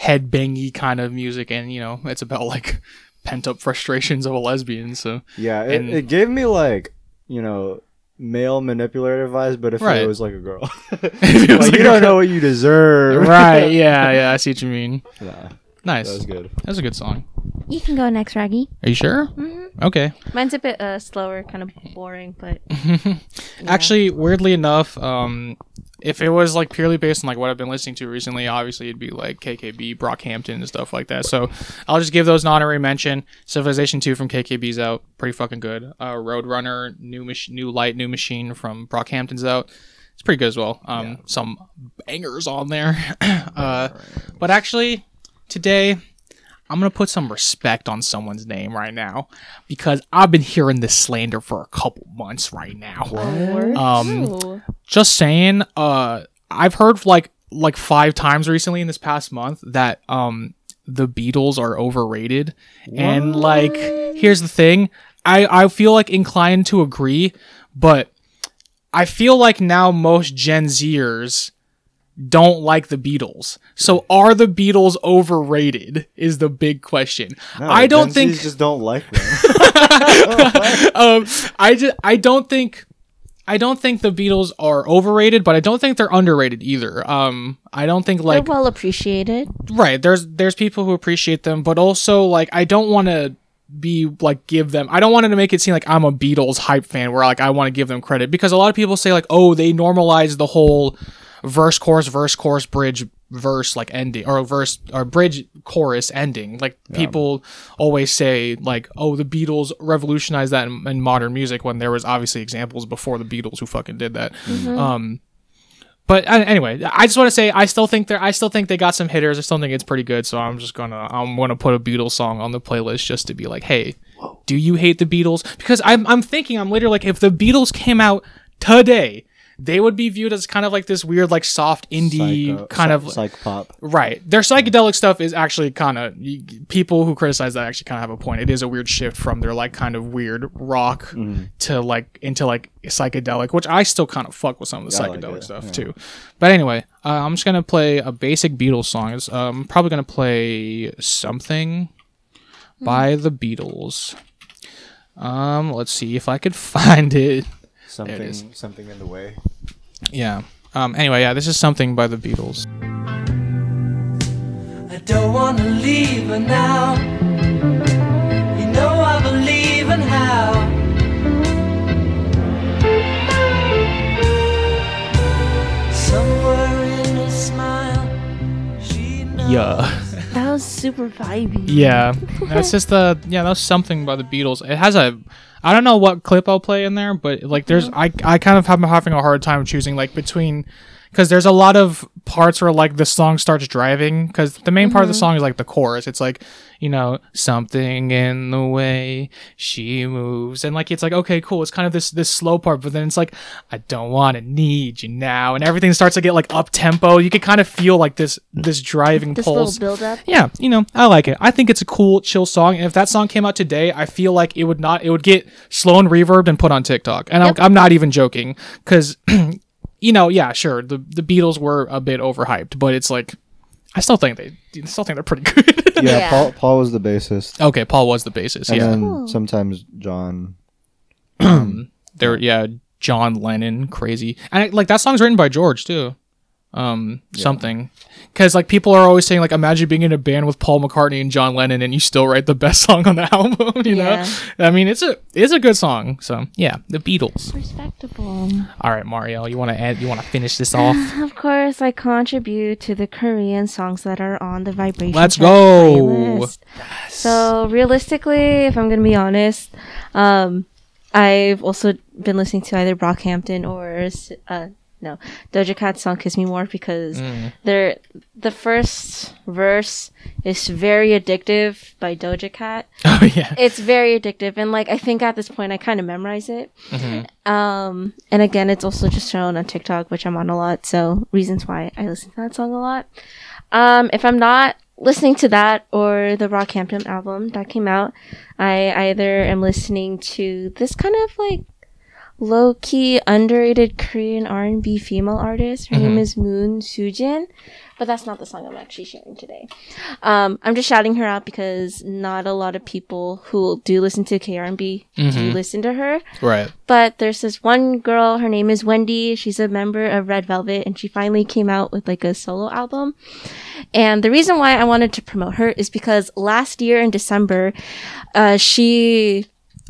Speaker 2: headbangy kind of music, and you know, it's about like pent up frustrations of a lesbian. So
Speaker 1: Yeah, it,
Speaker 2: And-
Speaker 1: it gave me like you know male manipulative vibes, but if
Speaker 2: Right.
Speaker 1: it was like a girl,
Speaker 2: If it was
Speaker 1: Like,
Speaker 2: like
Speaker 1: you
Speaker 2: a
Speaker 1: don't
Speaker 2: girl.
Speaker 1: know what you deserve.
Speaker 2: right, yeah, yeah, I see what you mean.
Speaker 1: Nah,
Speaker 2: Nice,
Speaker 1: that was good.
Speaker 2: that's a good song.
Speaker 3: You can go next, Raggy.
Speaker 2: Are you sure?
Speaker 3: Mhm.
Speaker 2: Okay.
Speaker 3: Mine's a bit uh, slower, kind of boring, but
Speaker 2: Actually, weirdly enough, um, if it was like purely based on like what I've been listening to recently, obviously it'd be like KKB, Brockhampton, and stuff like that. So I'll just give those an honorary mention. Civilization Two from KKB's out, pretty fucking good. Uh, Roadrunner, New Mach- New Light, New Machine from Brockhampton's out. It's pretty good as well. Um, some bangers on there. uh, but actually, today I'm gonna put some respect on someone's name right now because I've been hearing this slander for a couple months right now. Um,
Speaker 3: Oh.
Speaker 2: Just saying, uh, I've heard like like five times recently in this past month that um the Beatles are overrated, and like here's the thing, I I feel like inclined to agree, but I feel like now most Gen Zers don't like the Beatles. So are the Beatles overrated? Is the big question.
Speaker 1: No,
Speaker 2: I don't
Speaker 1: Gen
Speaker 2: think
Speaker 1: Zs just don't like them.
Speaker 2: um, I just, I don't think I don't think the Beatles are overrated, but I don't think they're underrated either. Um, I don't think like
Speaker 3: they're well appreciated.
Speaker 2: right there's there's people who appreciate them, but also like I don't want to be like give them I don't want to make it seem like I'm a Beatles hype fan where like I want to give them credit because a lot of people say like oh they normalize the whole verse chorus verse chorus bridge verse like ending or verse or bridge chorus ending like people always say like oh the beatles revolutionized that in, in modern music when there was obviously examples before the beatles who fucking did that um but uh, anyway i just want to say i still think they're i still think they got some hitters i still think it's pretty good so i'm just gonna i'm gonna put a beatles song on the playlist just to be like hey do you hate the beatles because i'm, I'm thinking i'm literally like if the beatles came out today they would be viewed as kind of like this weird like soft indie
Speaker 1: Psycho-
Speaker 2: kind
Speaker 1: psy-
Speaker 2: of
Speaker 1: uh, psych pop.
Speaker 2: Right. Their psychedelic stuff is actually kind of people who criticize that actually kind of have a point. It is a weird shift from their like kind of weird rock
Speaker 1: Mm-hmm.
Speaker 2: to like into like psychedelic, which I still kind of fuck with some of the
Speaker 1: I like
Speaker 2: psychedelic
Speaker 1: it,
Speaker 2: stuff too. But anyway, uh, I'm just gonna play a basic Beatles song. It's, um, I'm probably gonna play something by the Beatles. Um, let's see if I could find it.
Speaker 1: Something,
Speaker 2: is.
Speaker 1: something in the way.
Speaker 2: Yeah. Um. Anyway, yeah, this is something by the Beatles.
Speaker 6: I don't wanna leave her now. You know I believe in how. Somewhere in her smile, she knows.
Speaker 2: Yeah.
Speaker 3: That was super vibey.
Speaker 2: Yeah, that's just the yeah. That's something by the Beatles. It has a, I don't know what clip I'll play in there, but like there's I I kind of have been having a hard time choosing like between, because there's a lot of parts where like the song starts driving because the main part of the
Speaker 3: Mm-hmm.
Speaker 2: song is like the chorus. It's like you know something in the way she moves and like it's like okay cool. It's kind of this this slow part, but then it's like I don't want to need you now, and everything starts to get like up tempo. You can kind of feel like this this driving
Speaker 3: This
Speaker 2: pulse
Speaker 3: little build up.
Speaker 2: yeah, you know, I like it. I think it's a cool, chill song. And if that song came out today, I feel like it would not, it would get slow and reverbed and put on TikTok. And
Speaker 3: Yep.
Speaker 2: I'm, I'm not even joking because, you know, yeah, sure, the the Beatles were a bit overhyped, but it's like, I still think they, I still think they're pretty good.
Speaker 1: Yeah,
Speaker 3: Yeah.
Speaker 1: Paul, Paul was the bassist,
Speaker 2: okay, Paul was the bassist.
Speaker 1: and
Speaker 2: Yeah,
Speaker 1: then sometimes John.
Speaker 2: there, yeah, John Lennon, crazy, and I, like that song's written by George too. Um, something, because like people are always saying like, imagine being in a band with Paul McCartney and John Lennon, and you still write the best song on the album. You
Speaker 3: Yeah.
Speaker 2: know, I mean, it's a it's a good song. So yeah, the Beatles.
Speaker 3: Respectable.
Speaker 2: All right, Mario, you want to add? You want to finish this off?
Speaker 3: Of course, I contribute to the Korean songs that are on the vibration.
Speaker 2: Let's
Speaker 3: Chart
Speaker 2: go.
Speaker 3: playlist. So realistically, if I'm gonna be honest, um, I've also been listening to either Brockhampton or uh, no Doja Cat's song "Kiss Me More" because
Speaker 2: Mm.
Speaker 3: they're the first verse is very addictive by Doja Cat.
Speaker 2: oh yeah,
Speaker 3: It's very addictive, and like I think at this point, I kind of memorize it. Um, and again, it's also just shown on TikTok, which I'm on a lot. So reasons why I listen to that song a lot. Um, if I'm not listening to that or the Rockhampton album that came out, I either am listening to this kind of like low key underrated Korean R and B female artist. Her name is Moon Sujin, but that's not the song I'm actually sharing today. Um, I'm just shouting her out because not a lot of people who do listen to K R and B do listen to her.
Speaker 2: Right.
Speaker 3: But there's this one girl, her name is Wendy. She's a member of Red Velvet, and she finally came out with like a solo album. And the reason why I wanted to promote her is because last year in December, uh, she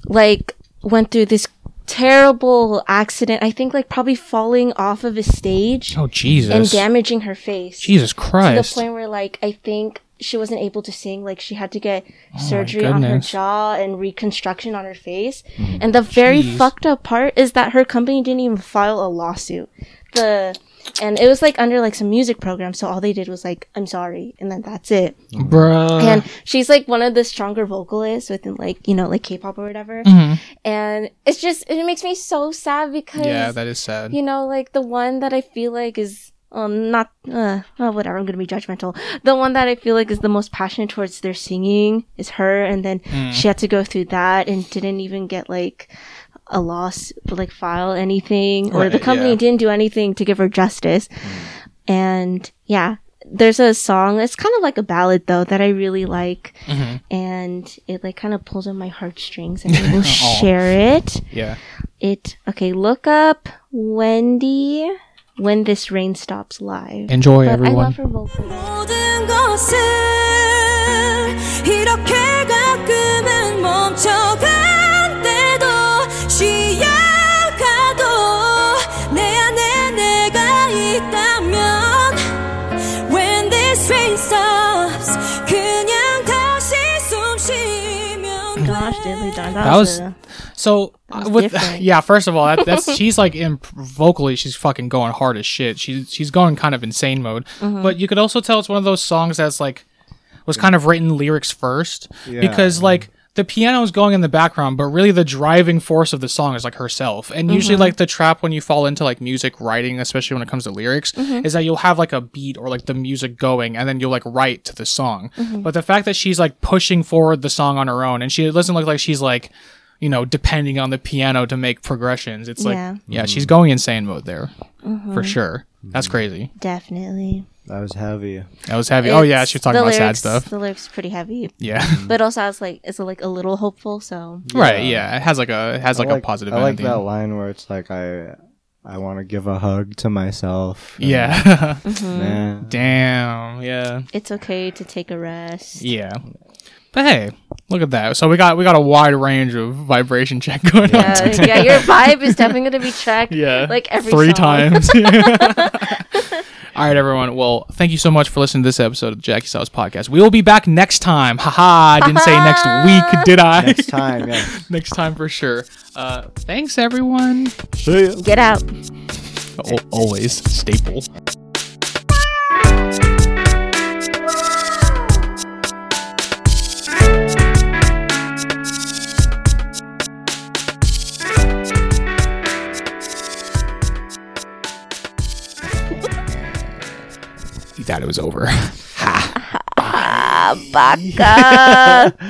Speaker 3: like went through this terrible accident. I think like probably falling off of a stage
Speaker 2: Oh
Speaker 3: and
Speaker 2: Jesus.
Speaker 3: damaging her face
Speaker 2: Jesus
Speaker 3: to
Speaker 2: Christ.
Speaker 3: the point where like I think she wasn't able to sing. Like she had to get surgery on her
Speaker 2: Oh goodness. Mm.
Speaker 3: jaw and reconstruction on her face. and the very
Speaker 2: Jeez.
Speaker 3: fucked up part is that her company didn't even file a lawsuit. The and it was like under like some music program, so all they did was like, "I'm sorry," and then that's it
Speaker 2: Bruh.
Speaker 3: and she's like one of the stronger vocalists within like you know like k-pop or whatever
Speaker 2: Mm-hmm.
Speaker 3: and it's just it makes me so sad because
Speaker 2: yeah, that is sad.
Speaker 3: you know like the one that i feel like is um not uh oh, whatever i'm gonna be judgmental the one that i feel like is the most passionate towards their singing is her and then
Speaker 2: Mm.
Speaker 3: she had to go through that and didn't even get like a loss like file anything or the
Speaker 2: Right,
Speaker 3: company
Speaker 2: yeah. Mm.
Speaker 3: didn't do anything to give her justice and yeah there's a song it's kind of like a ballad though that i really like
Speaker 2: Mm-hmm.
Speaker 3: and it like kind of pulls on my heartstrings and i will share it
Speaker 2: Yeah.
Speaker 3: it okay look up wendy when this rain stops live
Speaker 2: Enjoy
Speaker 3: but i
Speaker 2: everyone.
Speaker 3: love her vocal
Speaker 5: 모든 것을 이렇게 가끔은 멈춰갈 때도 쉬어가도 내 안에 내가 있다면 When this rain stops 그냥 다시 숨 쉬면 돼
Speaker 3: gosh diddly darn, that,
Speaker 2: That
Speaker 3: was,
Speaker 2: was-
Speaker 3: a-
Speaker 2: So
Speaker 3: was
Speaker 2: uh, with
Speaker 3: different.
Speaker 2: yeah, first of all, that, that's she's like imp- vocally, she's fucking going hard as shit. She's she's going kind of insane mode.
Speaker 3: Mm-hmm.
Speaker 2: But you could also tell it's one of those songs that's like was kind of written lyrics first because like the piano is going in the background, but really the driving force of the song is like herself. And
Speaker 3: Mm-hmm.
Speaker 2: usually, like the trap when you fall into like music writing, especially when it comes to lyrics,
Speaker 3: Mm-hmm.
Speaker 2: is that you'll have like a beat or like the music going, and then you'll like write to the song.
Speaker 3: Mm-hmm.
Speaker 2: But the fact that she's like pushing forward the song on her own, and she it doesn't look like she's like you know depending on the piano to make progressions. It's like
Speaker 3: Yeah. Mm-hmm.
Speaker 2: yeah, she's
Speaker 1: Mm.
Speaker 2: going insane mode there for sure. That's crazy.
Speaker 3: definitely
Speaker 1: That was heavy.
Speaker 2: That was heavy. oh yeah,
Speaker 3: It's-
Speaker 2: she was talking
Speaker 3: the
Speaker 2: about sad
Speaker 3: lyrics-
Speaker 2: stuff.
Speaker 3: the lyrics pretty heavy
Speaker 2: Yeah.
Speaker 3: but also i was like it's like a little hopeful so
Speaker 2: Right, yeah. It has like a it has like,
Speaker 1: I like,
Speaker 2: a positive
Speaker 1: I like
Speaker 2: ending.
Speaker 1: that line where it's like I I want to give a hug to myself. and
Speaker 2: Yeah.
Speaker 1: man.
Speaker 2: Damn. Yeah.
Speaker 3: it's okay to take a rest
Speaker 2: Yeah. But hey, look at that. So we got we got a wide range of vibration check going on.
Speaker 3: yeah, yeah, your vibe is definitely going to be tracked.
Speaker 2: Yeah.
Speaker 3: like every
Speaker 2: three
Speaker 3: song.
Speaker 2: times. All right, everyone. Well, thank you so much for listening to this episode of the Jackie Sauce Podcast. We will be back next time. Haha, I didn't say next week, did I?
Speaker 1: Next time, yeah.
Speaker 2: Next time for sure. Uh, thanks, everyone.
Speaker 1: See ya.
Speaker 3: Get out.
Speaker 2: Al- always staple. You thought it was over.
Speaker 3: Baka.